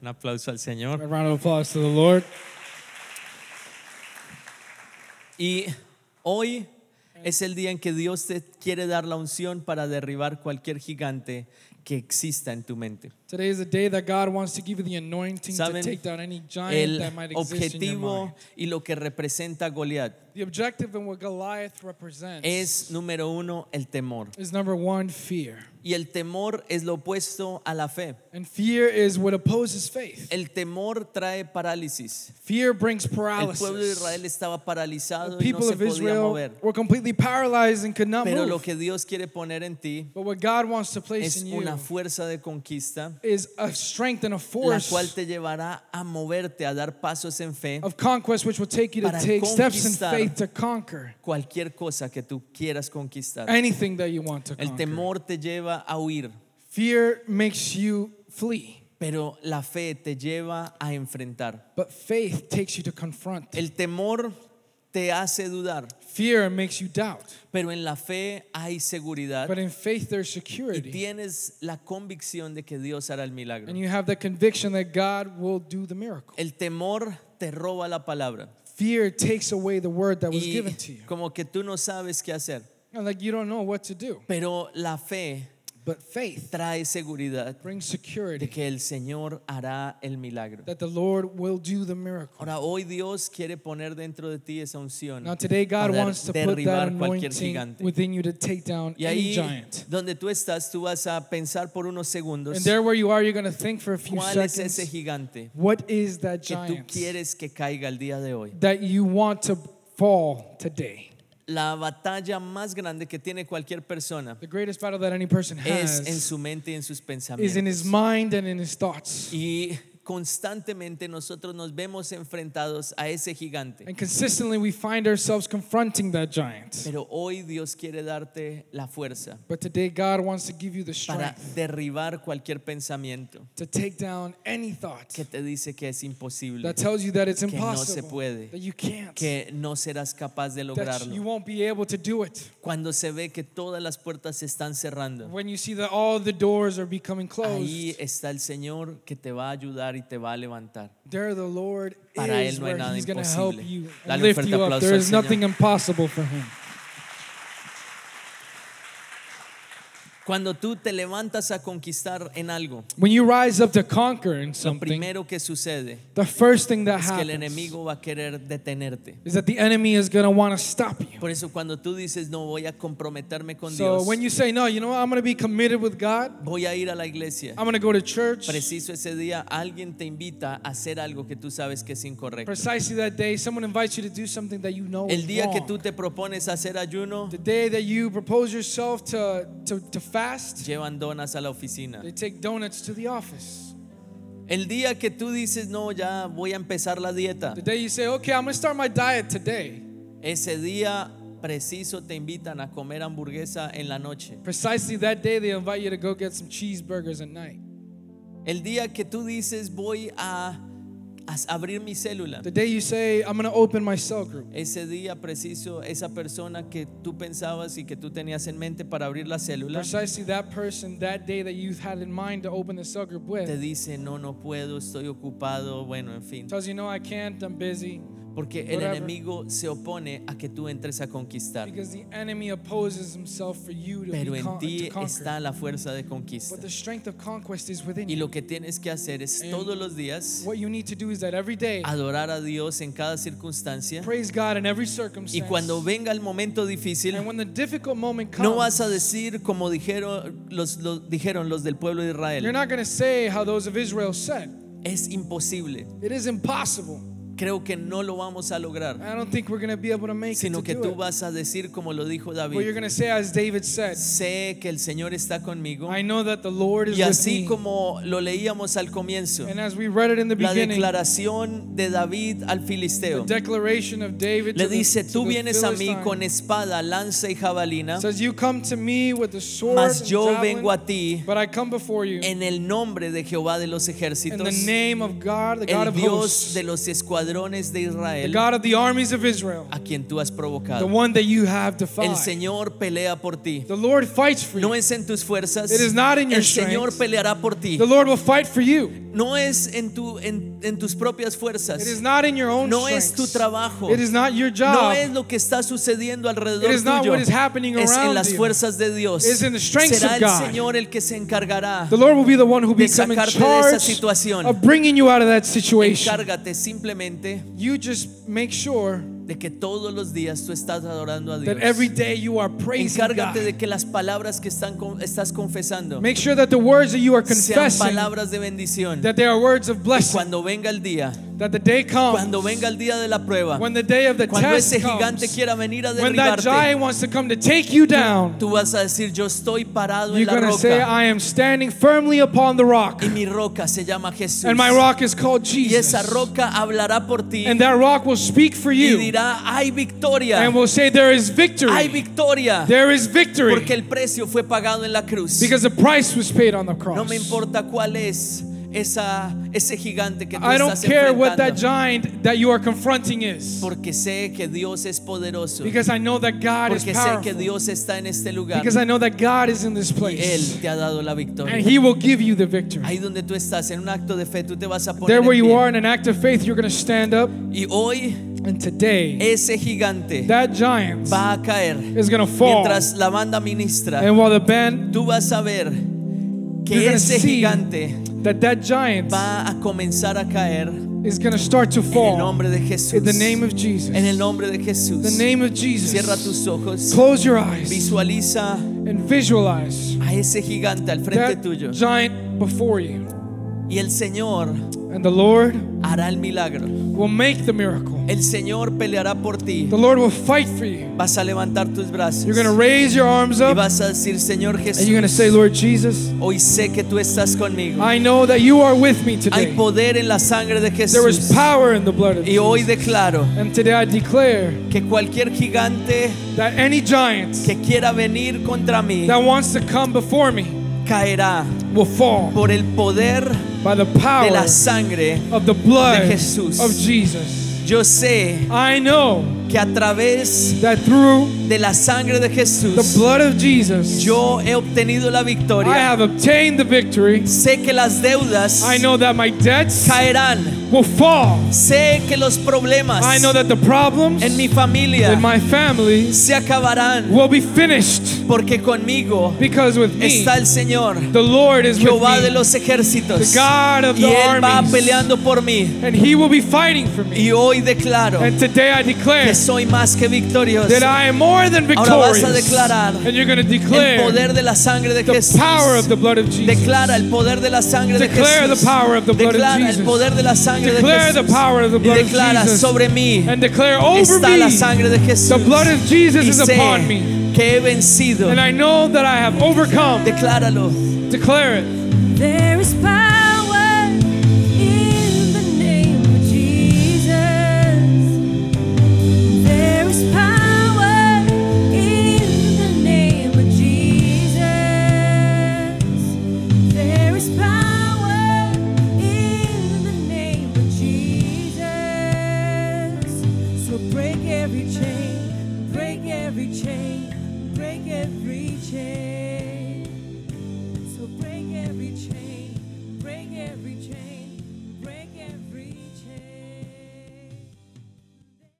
[SPEAKER 1] Un aplauso al Señor.
[SPEAKER 2] A round of applause to the Lord.
[SPEAKER 1] Y hoy es el día en que Dios te quiere dar la unción para derribar cualquier gigante que exista en tu mente.
[SPEAKER 2] Today is the day that God wants to give you the anointing to
[SPEAKER 1] Saben,
[SPEAKER 2] take down any giant
[SPEAKER 1] el
[SPEAKER 2] that might exist in your mind.
[SPEAKER 1] objetivo y lo que representa Goliat
[SPEAKER 2] The objective and what Goliath represents
[SPEAKER 1] es número uno el temor
[SPEAKER 2] is number one, fear.
[SPEAKER 1] y el temor es lo opuesto a la fe.
[SPEAKER 2] And fear is what opposes faith.
[SPEAKER 1] El temor trae parálisis.
[SPEAKER 2] Fear brings
[SPEAKER 1] El pueblo de Israel
[SPEAKER 2] paralysis.
[SPEAKER 1] estaba
[SPEAKER 2] The
[SPEAKER 1] paralizado y no
[SPEAKER 2] people
[SPEAKER 1] se
[SPEAKER 2] of
[SPEAKER 1] podía
[SPEAKER 2] Israel
[SPEAKER 1] mover.
[SPEAKER 2] were completely paralyzed and could not
[SPEAKER 1] Pero lo
[SPEAKER 2] move.
[SPEAKER 1] que Dios quiere poner en ti
[SPEAKER 2] But what God wants to place
[SPEAKER 1] es
[SPEAKER 2] in you
[SPEAKER 1] una fuerza de conquista,
[SPEAKER 2] is a strength and a
[SPEAKER 1] la
[SPEAKER 2] force
[SPEAKER 1] cual te llevará a moverte, a dar pasos en fe,
[SPEAKER 2] of conquest which will take you to
[SPEAKER 1] Para
[SPEAKER 2] take steps in
[SPEAKER 1] conquistar.
[SPEAKER 2] faith to conquer
[SPEAKER 1] cualquier cosa que tú quieras conquistar.
[SPEAKER 2] anything that you want to
[SPEAKER 1] El
[SPEAKER 2] conquer.
[SPEAKER 1] temor te lleva a huir,
[SPEAKER 2] Fear makes you flee,
[SPEAKER 1] pero la fe te lleva a enfrentar.
[SPEAKER 2] but faith takes you to confront.
[SPEAKER 1] El temor te hace dudar,
[SPEAKER 2] Fear makes you doubt,
[SPEAKER 1] pero en la fe hay seguridad
[SPEAKER 2] but in faith there's
[SPEAKER 1] y
[SPEAKER 2] security.
[SPEAKER 1] tienes la convicción de que Dios hará el milagro.
[SPEAKER 2] And you have the conviction that God will do the miracle.
[SPEAKER 1] El temor te roba la palabra
[SPEAKER 2] Fear takes away the word that was
[SPEAKER 1] y
[SPEAKER 2] given to you.
[SPEAKER 1] como que tú no sabes qué hacer,
[SPEAKER 2] And like you don't know what to do.
[SPEAKER 1] pero la fe
[SPEAKER 2] But faith
[SPEAKER 1] trae seguridad
[SPEAKER 2] brings
[SPEAKER 1] de
[SPEAKER 2] security
[SPEAKER 1] que el Señor hará el milagro.
[SPEAKER 2] that the Lord will do the miracle.
[SPEAKER 1] Ahora hoy Dios quiere poner dentro de ti esa unción
[SPEAKER 2] Now today God
[SPEAKER 1] para
[SPEAKER 2] wants to put that
[SPEAKER 1] derribar cualquier
[SPEAKER 2] anointing
[SPEAKER 1] gigante.
[SPEAKER 2] within you to take down
[SPEAKER 1] Y
[SPEAKER 2] any
[SPEAKER 1] ahí
[SPEAKER 2] giant.
[SPEAKER 1] donde tú estás, tú vas a pensar por unos segundos
[SPEAKER 2] And there where you are, you're going to think for a few
[SPEAKER 1] cuál es ese
[SPEAKER 2] seconds.
[SPEAKER 1] gigante
[SPEAKER 2] What is that
[SPEAKER 1] que tú
[SPEAKER 2] giant
[SPEAKER 1] quieres que caiga el día de hoy.
[SPEAKER 2] that you want to fall today?
[SPEAKER 1] La batalla más grande que tiene cualquier persona
[SPEAKER 2] The greatest battle that any person
[SPEAKER 1] es en
[SPEAKER 2] has
[SPEAKER 1] su mente y en sus
[SPEAKER 2] is in his
[SPEAKER 1] pensamientos.
[SPEAKER 2] mind and in his thoughts.
[SPEAKER 1] Y constantemente nosotros nos vemos enfrentados a ese gigante.
[SPEAKER 2] And consistently, we find ourselves confronting that giant.
[SPEAKER 1] Pero hoy Dios quiere darte la fuerza
[SPEAKER 2] But today, God wants to give you the
[SPEAKER 1] para
[SPEAKER 2] strength
[SPEAKER 1] derribar cualquier pensamiento
[SPEAKER 2] to take down any thought
[SPEAKER 1] que te dice que es imposible,
[SPEAKER 2] that tells you that it's
[SPEAKER 1] no se
[SPEAKER 2] impossible,
[SPEAKER 1] puede,
[SPEAKER 2] that you can't,
[SPEAKER 1] que no serás capaz de
[SPEAKER 2] that you
[SPEAKER 1] lograrlo.
[SPEAKER 2] won't be able to do it.
[SPEAKER 1] Cuando se ve que todas las puertas se están cerrando,
[SPEAKER 2] When you see that all the doors are becoming
[SPEAKER 1] ahí
[SPEAKER 2] closed,
[SPEAKER 1] está el Señor que te va a ayudar y te va a levantar.
[SPEAKER 2] there the Lord
[SPEAKER 1] Para
[SPEAKER 2] is
[SPEAKER 1] Él no hay
[SPEAKER 2] where
[SPEAKER 1] nada
[SPEAKER 2] He's going to help
[SPEAKER 1] imposible.
[SPEAKER 2] you and
[SPEAKER 1] Dale un
[SPEAKER 2] lift
[SPEAKER 1] fuerte
[SPEAKER 2] you
[SPEAKER 1] aplauso
[SPEAKER 2] up. There
[SPEAKER 1] al
[SPEAKER 2] is nothing impossible for Him.
[SPEAKER 1] Cuando tú te levantas a conquistar en algo,
[SPEAKER 2] When you rise up to conquer in
[SPEAKER 1] lo
[SPEAKER 2] something,
[SPEAKER 1] primero que sucede
[SPEAKER 2] the first thing that
[SPEAKER 1] es que el
[SPEAKER 2] happens
[SPEAKER 1] enemigo va a querer detenerte.
[SPEAKER 2] is that the enemy is going to want to stop you.
[SPEAKER 1] Por eso cuando tú dices, no voy a comprometerme con
[SPEAKER 2] So
[SPEAKER 1] Dios,
[SPEAKER 2] when you say, no, you know what, I'm going to be committed with God,
[SPEAKER 1] voy a ir a la iglesia,
[SPEAKER 2] I'm going to go to church.
[SPEAKER 1] preciso ese día alguien te invita a hacer algo que tú sabes que es incorrecto.
[SPEAKER 2] Precisely that day, someone invites you to do something that you know
[SPEAKER 1] El
[SPEAKER 2] is
[SPEAKER 1] día que
[SPEAKER 2] wrong.
[SPEAKER 1] tú te propones hacer ayuno,
[SPEAKER 2] The day that you propose yourself to, to, to fast,
[SPEAKER 1] llevan donas a la oficina.
[SPEAKER 2] they take donuts to the office.
[SPEAKER 1] El día que tú dices, no, ya voy a empezar la dieta,
[SPEAKER 2] The day you say, okay, I'm going to start my diet today.
[SPEAKER 1] ese día preciso te invitan a comer hamburguesa en la noche.
[SPEAKER 2] Precisely that day, they invite you to go get some cheeseburgers at night.
[SPEAKER 1] El día que tú dices voy a, a abrir mi célula,
[SPEAKER 2] The day you say, I'm going to open my cell group.
[SPEAKER 1] ese día preciso, esa persona que tú pensabas y que tú tenías en mente para abrir la célula,
[SPEAKER 2] Precisely that person, that day that you had in mind to open the cell group
[SPEAKER 1] te
[SPEAKER 2] with,
[SPEAKER 1] dice, no, no puedo, estoy ocupado, bueno, en fin.
[SPEAKER 2] tells you, no, I can't, I'm busy.
[SPEAKER 1] Porque el
[SPEAKER 2] Whatever.
[SPEAKER 1] enemigo se opone a que tú entres a conquistar,
[SPEAKER 2] Because the enemy opposes himself for you to,
[SPEAKER 1] pero
[SPEAKER 2] be
[SPEAKER 1] en
[SPEAKER 2] con-
[SPEAKER 1] ti
[SPEAKER 2] to
[SPEAKER 1] está
[SPEAKER 2] conquer.
[SPEAKER 1] la fuerza de conquista.
[SPEAKER 2] But the strength of conquest is within
[SPEAKER 1] Y
[SPEAKER 2] you.
[SPEAKER 1] lo que tienes que hacer es
[SPEAKER 2] And
[SPEAKER 1] todos los días
[SPEAKER 2] What you need to do is that every day,
[SPEAKER 1] adorar a Dios en cada circunstancia
[SPEAKER 2] praise God in every
[SPEAKER 1] y
[SPEAKER 2] circumstance.
[SPEAKER 1] cuando venga el momento difícil,
[SPEAKER 2] and when the difficult moment comes,
[SPEAKER 1] No vas a decir como dijeron los, los- dijeron los del pueblo de
[SPEAKER 2] you're
[SPEAKER 1] Israel.
[SPEAKER 2] not going to say how those of Israel said.
[SPEAKER 1] Es imposible.
[SPEAKER 2] It is impossible.
[SPEAKER 1] Creo que no lo vamos a lograr.
[SPEAKER 2] I don't think we're going to be able to make
[SPEAKER 1] Sino
[SPEAKER 2] it.
[SPEAKER 1] que
[SPEAKER 2] To do
[SPEAKER 1] tú
[SPEAKER 2] it.
[SPEAKER 1] vas a decir como lo dijo
[SPEAKER 2] But you're
[SPEAKER 1] David.
[SPEAKER 2] going to say, as David said,
[SPEAKER 1] Sé que el Señor está conmigo.
[SPEAKER 2] I know that the Lord is
[SPEAKER 1] Y así
[SPEAKER 2] with me.
[SPEAKER 1] como lo leíamos al comienzo,
[SPEAKER 2] and as we read it in the
[SPEAKER 1] la
[SPEAKER 2] beginning, Pues
[SPEAKER 1] declaración de David al
[SPEAKER 2] the
[SPEAKER 1] filisteo.
[SPEAKER 2] declaration of David
[SPEAKER 1] Le
[SPEAKER 2] to the-
[SPEAKER 1] dice,
[SPEAKER 2] to
[SPEAKER 1] tú
[SPEAKER 2] the
[SPEAKER 1] vienes a mí
[SPEAKER 2] Philistine
[SPEAKER 1] con espada, lanza y jabalina,
[SPEAKER 2] says, you come to me with the sword
[SPEAKER 1] mas
[SPEAKER 2] and
[SPEAKER 1] yo
[SPEAKER 2] javelin,
[SPEAKER 1] vengo a ti
[SPEAKER 2] but I come before you
[SPEAKER 1] en el nombre de Jehová de los
[SPEAKER 2] in the
[SPEAKER 1] ejércitos,
[SPEAKER 2] name of God, the God
[SPEAKER 1] el
[SPEAKER 2] of
[SPEAKER 1] Dios
[SPEAKER 2] hosts,
[SPEAKER 1] de los escuadrones de
[SPEAKER 2] the
[SPEAKER 1] Israel.
[SPEAKER 2] God of the armies of Israel,
[SPEAKER 1] a quien tú has
[SPEAKER 2] the
[SPEAKER 1] provocado.
[SPEAKER 2] one that you have
[SPEAKER 1] Ah, El
[SPEAKER 2] defied.
[SPEAKER 1] Señor pelea por ti.
[SPEAKER 2] The Lord fights for
[SPEAKER 1] No
[SPEAKER 2] you.
[SPEAKER 1] es en tus fuerzas.
[SPEAKER 2] It is not in your
[SPEAKER 1] El Señor
[SPEAKER 2] strength.
[SPEAKER 1] peleará por ti.
[SPEAKER 2] The Lord will fight for you.
[SPEAKER 1] No es en, tu, en, en tus propias
[SPEAKER 2] It is
[SPEAKER 1] fuerzas.
[SPEAKER 2] not in your own
[SPEAKER 1] No es tu
[SPEAKER 2] strengths.
[SPEAKER 1] trabajo.
[SPEAKER 2] It is not your
[SPEAKER 1] No
[SPEAKER 2] job.
[SPEAKER 1] es lo que está sucediendo alrededor
[SPEAKER 2] It is not
[SPEAKER 1] tuyo.
[SPEAKER 2] what is happening
[SPEAKER 1] Es en
[SPEAKER 2] around
[SPEAKER 1] las
[SPEAKER 2] you.
[SPEAKER 1] fuerzas de Dios.
[SPEAKER 2] It is in the strengths
[SPEAKER 1] Será
[SPEAKER 2] of
[SPEAKER 1] el
[SPEAKER 2] God.
[SPEAKER 1] Señor el que se encargará.
[SPEAKER 2] the Lord will be the one who
[SPEAKER 1] de
[SPEAKER 2] becomes in
[SPEAKER 1] sacarte de esa
[SPEAKER 2] charge
[SPEAKER 1] situación.
[SPEAKER 2] of bringing you out of that situation.
[SPEAKER 1] Encárgate simplemente
[SPEAKER 2] You just make sure
[SPEAKER 1] de que todos los días tú estás adorando a Dios.
[SPEAKER 2] that every day you are praising
[SPEAKER 1] Encárgate
[SPEAKER 2] God.
[SPEAKER 1] de que las palabras que están con- estás confesando
[SPEAKER 2] Make sure that the words that you are
[SPEAKER 1] sean
[SPEAKER 2] confessing,
[SPEAKER 1] palabras de bendición.
[SPEAKER 2] that they are words of blessing.
[SPEAKER 1] Cuando venga el día,
[SPEAKER 2] That the day comes,
[SPEAKER 1] cuando venga el día de la prueba,
[SPEAKER 2] when the day of the
[SPEAKER 1] cuando
[SPEAKER 2] test
[SPEAKER 1] ese gigante
[SPEAKER 2] comes,
[SPEAKER 1] quiera venir a
[SPEAKER 2] when that
[SPEAKER 1] derribarte,
[SPEAKER 2] giant wants to come to take you down,
[SPEAKER 1] tú vas a decir, yo estoy parado en
[SPEAKER 2] You're
[SPEAKER 1] la
[SPEAKER 2] going to say, "Ah,
[SPEAKER 1] roca
[SPEAKER 2] I am standing firmly upon the rock,
[SPEAKER 1] y mi roca se llama Jesús.
[SPEAKER 2] and my rock is called
[SPEAKER 1] Y
[SPEAKER 2] Jesus.
[SPEAKER 1] esa roca hablará por ti
[SPEAKER 2] And that rock will speak for
[SPEAKER 1] y
[SPEAKER 2] you
[SPEAKER 1] dirá, hay victoria,
[SPEAKER 2] and will say, There is
[SPEAKER 1] hay
[SPEAKER 2] victory.
[SPEAKER 1] victoria,
[SPEAKER 2] There is victory.
[SPEAKER 1] porque el precio fue pagado en la cruz.
[SPEAKER 2] Because the price was paid on the
[SPEAKER 1] No me
[SPEAKER 2] cross.
[SPEAKER 1] importa cuál es esa, ese gigante que tú
[SPEAKER 2] I don't
[SPEAKER 1] estás
[SPEAKER 2] care what that
[SPEAKER 1] enfrentando,
[SPEAKER 2] giant that you are confronting is,
[SPEAKER 1] porque sé que Dios es poderoso,
[SPEAKER 2] because I know that God is
[SPEAKER 1] porque sé que
[SPEAKER 2] powerful,
[SPEAKER 1] Dios está en este lugar.
[SPEAKER 2] because I know that God is in this
[SPEAKER 1] y Él
[SPEAKER 2] place,
[SPEAKER 1] te ha dado la
[SPEAKER 2] and
[SPEAKER 1] victoria.
[SPEAKER 2] He will give you the victory.
[SPEAKER 1] Ahí donde tú estás, en un acto de fe, tú te vas a poner
[SPEAKER 2] There, where
[SPEAKER 1] en
[SPEAKER 2] you
[SPEAKER 1] pie.
[SPEAKER 2] are in an act of faith, you're going to stand up,
[SPEAKER 1] Y hoy
[SPEAKER 2] and today,
[SPEAKER 1] ese gigante
[SPEAKER 2] that giant
[SPEAKER 1] va a caer.
[SPEAKER 2] is going to fall.
[SPEAKER 1] Mientras la banda ministra,
[SPEAKER 2] And while the band
[SPEAKER 1] tú vas a ver
[SPEAKER 2] You're
[SPEAKER 1] que
[SPEAKER 2] gonna
[SPEAKER 1] ese
[SPEAKER 2] see
[SPEAKER 1] gigante
[SPEAKER 2] that that giant
[SPEAKER 1] va a comenzar a caer en
[SPEAKER 2] is going to start to
[SPEAKER 1] el
[SPEAKER 2] fall
[SPEAKER 1] nombre de Jesús.
[SPEAKER 2] in the name of Jesus.
[SPEAKER 1] En el nombre de
[SPEAKER 2] the
[SPEAKER 1] Jesús.
[SPEAKER 2] name of
[SPEAKER 1] Cierra
[SPEAKER 2] Jesus.
[SPEAKER 1] tus ojos.
[SPEAKER 2] Close your eyes
[SPEAKER 1] Visualiza
[SPEAKER 2] and visualize
[SPEAKER 1] a ese gigante al frente
[SPEAKER 2] that
[SPEAKER 1] tuyo
[SPEAKER 2] giant before you.
[SPEAKER 1] y el Señor
[SPEAKER 2] and the Lord
[SPEAKER 1] hará el milagro.
[SPEAKER 2] will make the miracle.
[SPEAKER 1] El Señor peleará por ti.
[SPEAKER 2] The Lord will fight for you.
[SPEAKER 1] Vas a levantar tus brazos
[SPEAKER 2] You're going to raise your arms
[SPEAKER 1] y
[SPEAKER 2] up
[SPEAKER 1] vas a decir, Señor
[SPEAKER 2] and you're going to
[SPEAKER 1] Jesús,
[SPEAKER 2] say, Lord Jesus,
[SPEAKER 1] hoy sé que tú estás conmigo.
[SPEAKER 2] I know that you are with me
[SPEAKER 1] Hay
[SPEAKER 2] today.
[SPEAKER 1] poder en la sangre de
[SPEAKER 2] There
[SPEAKER 1] Jesús.
[SPEAKER 2] is power in the blood of
[SPEAKER 1] Y hoy
[SPEAKER 2] Jesus.
[SPEAKER 1] declaro
[SPEAKER 2] And today I declare
[SPEAKER 1] que cualquier gigante
[SPEAKER 2] that any giant
[SPEAKER 1] que quiera venir contra mí
[SPEAKER 2] that wants to come before me
[SPEAKER 1] caerá
[SPEAKER 2] will fall
[SPEAKER 1] por el poder
[SPEAKER 2] by the
[SPEAKER 1] de
[SPEAKER 2] power
[SPEAKER 1] la sangre.
[SPEAKER 2] of the blood
[SPEAKER 1] de Jesús.
[SPEAKER 2] of Jesus.
[SPEAKER 1] Yo sé
[SPEAKER 2] I know
[SPEAKER 1] que a través
[SPEAKER 2] that through
[SPEAKER 1] de la sangre de
[SPEAKER 2] the
[SPEAKER 1] Jesús
[SPEAKER 2] blood of Jesus,
[SPEAKER 1] yo he obtenido la
[SPEAKER 2] I
[SPEAKER 1] victoria.
[SPEAKER 2] have obtained the victory.
[SPEAKER 1] Sé que las deudas
[SPEAKER 2] I know that my debts
[SPEAKER 1] caerán.
[SPEAKER 2] will fall.
[SPEAKER 1] Sé que los problemas
[SPEAKER 2] I know that the problems
[SPEAKER 1] en mi
[SPEAKER 2] in
[SPEAKER 1] familia
[SPEAKER 2] my family
[SPEAKER 1] se acabarán
[SPEAKER 2] will be finished
[SPEAKER 1] porque conmigo
[SPEAKER 2] because with me,
[SPEAKER 1] está el Señor,
[SPEAKER 2] the Lord is with
[SPEAKER 1] Jehová de
[SPEAKER 2] me,
[SPEAKER 1] los ejércitos.
[SPEAKER 2] the God of
[SPEAKER 1] Y
[SPEAKER 2] the
[SPEAKER 1] Él va
[SPEAKER 2] armies,
[SPEAKER 1] peleando por mí.
[SPEAKER 2] and He will be fighting for me.
[SPEAKER 1] Y hoy declaro
[SPEAKER 2] And today I declare
[SPEAKER 1] que soy más que victorioso.
[SPEAKER 2] that I am more than
[SPEAKER 1] Ahora vas a
[SPEAKER 2] victorious.
[SPEAKER 1] declarar
[SPEAKER 2] And you're going to
[SPEAKER 1] El
[SPEAKER 2] declare
[SPEAKER 1] poder de la sangre de
[SPEAKER 2] the
[SPEAKER 1] Jesús.
[SPEAKER 2] power of the blood of Jesus.
[SPEAKER 1] Declara el poder de la sangre de
[SPEAKER 2] Declare
[SPEAKER 1] Jesús.
[SPEAKER 2] the power of the blood of
[SPEAKER 1] declara el
[SPEAKER 2] Jesus.
[SPEAKER 1] poder de la sangre de
[SPEAKER 2] Declare the
[SPEAKER 1] Jesús.
[SPEAKER 2] power of the
[SPEAKER 1] y
[SPEAKER 2] blood of
[SPEAKER 1] declara
[SPEAKER 2] Jesus.
[SPEAKER 1] sobre mí
[SPEAKER 2] And declare over
[SPEAKER 1] está la
[SPEAKER 2] me,
[SPEAKER 1] sangre de Jesús.
[SPEAKER 2] the blood of Jesus
[SPEAKER 1] y
[SPEAKER 2] is
[SPEAKER 1] sé
[SPEAKER 2] upon me.
[SPEAKER 1] que he vencido.
[SPEAKER 2] And I know that I have overcome.
[SPEAKER 1] Decláralo.
[SPEAKER 2] Declare it.
[SPEAKER 5] There is power in the name of Jesus. There is power in the name of Jesus. There is power in the name of Jesus. So break every chain, break every chain, break every chain. So break every chain.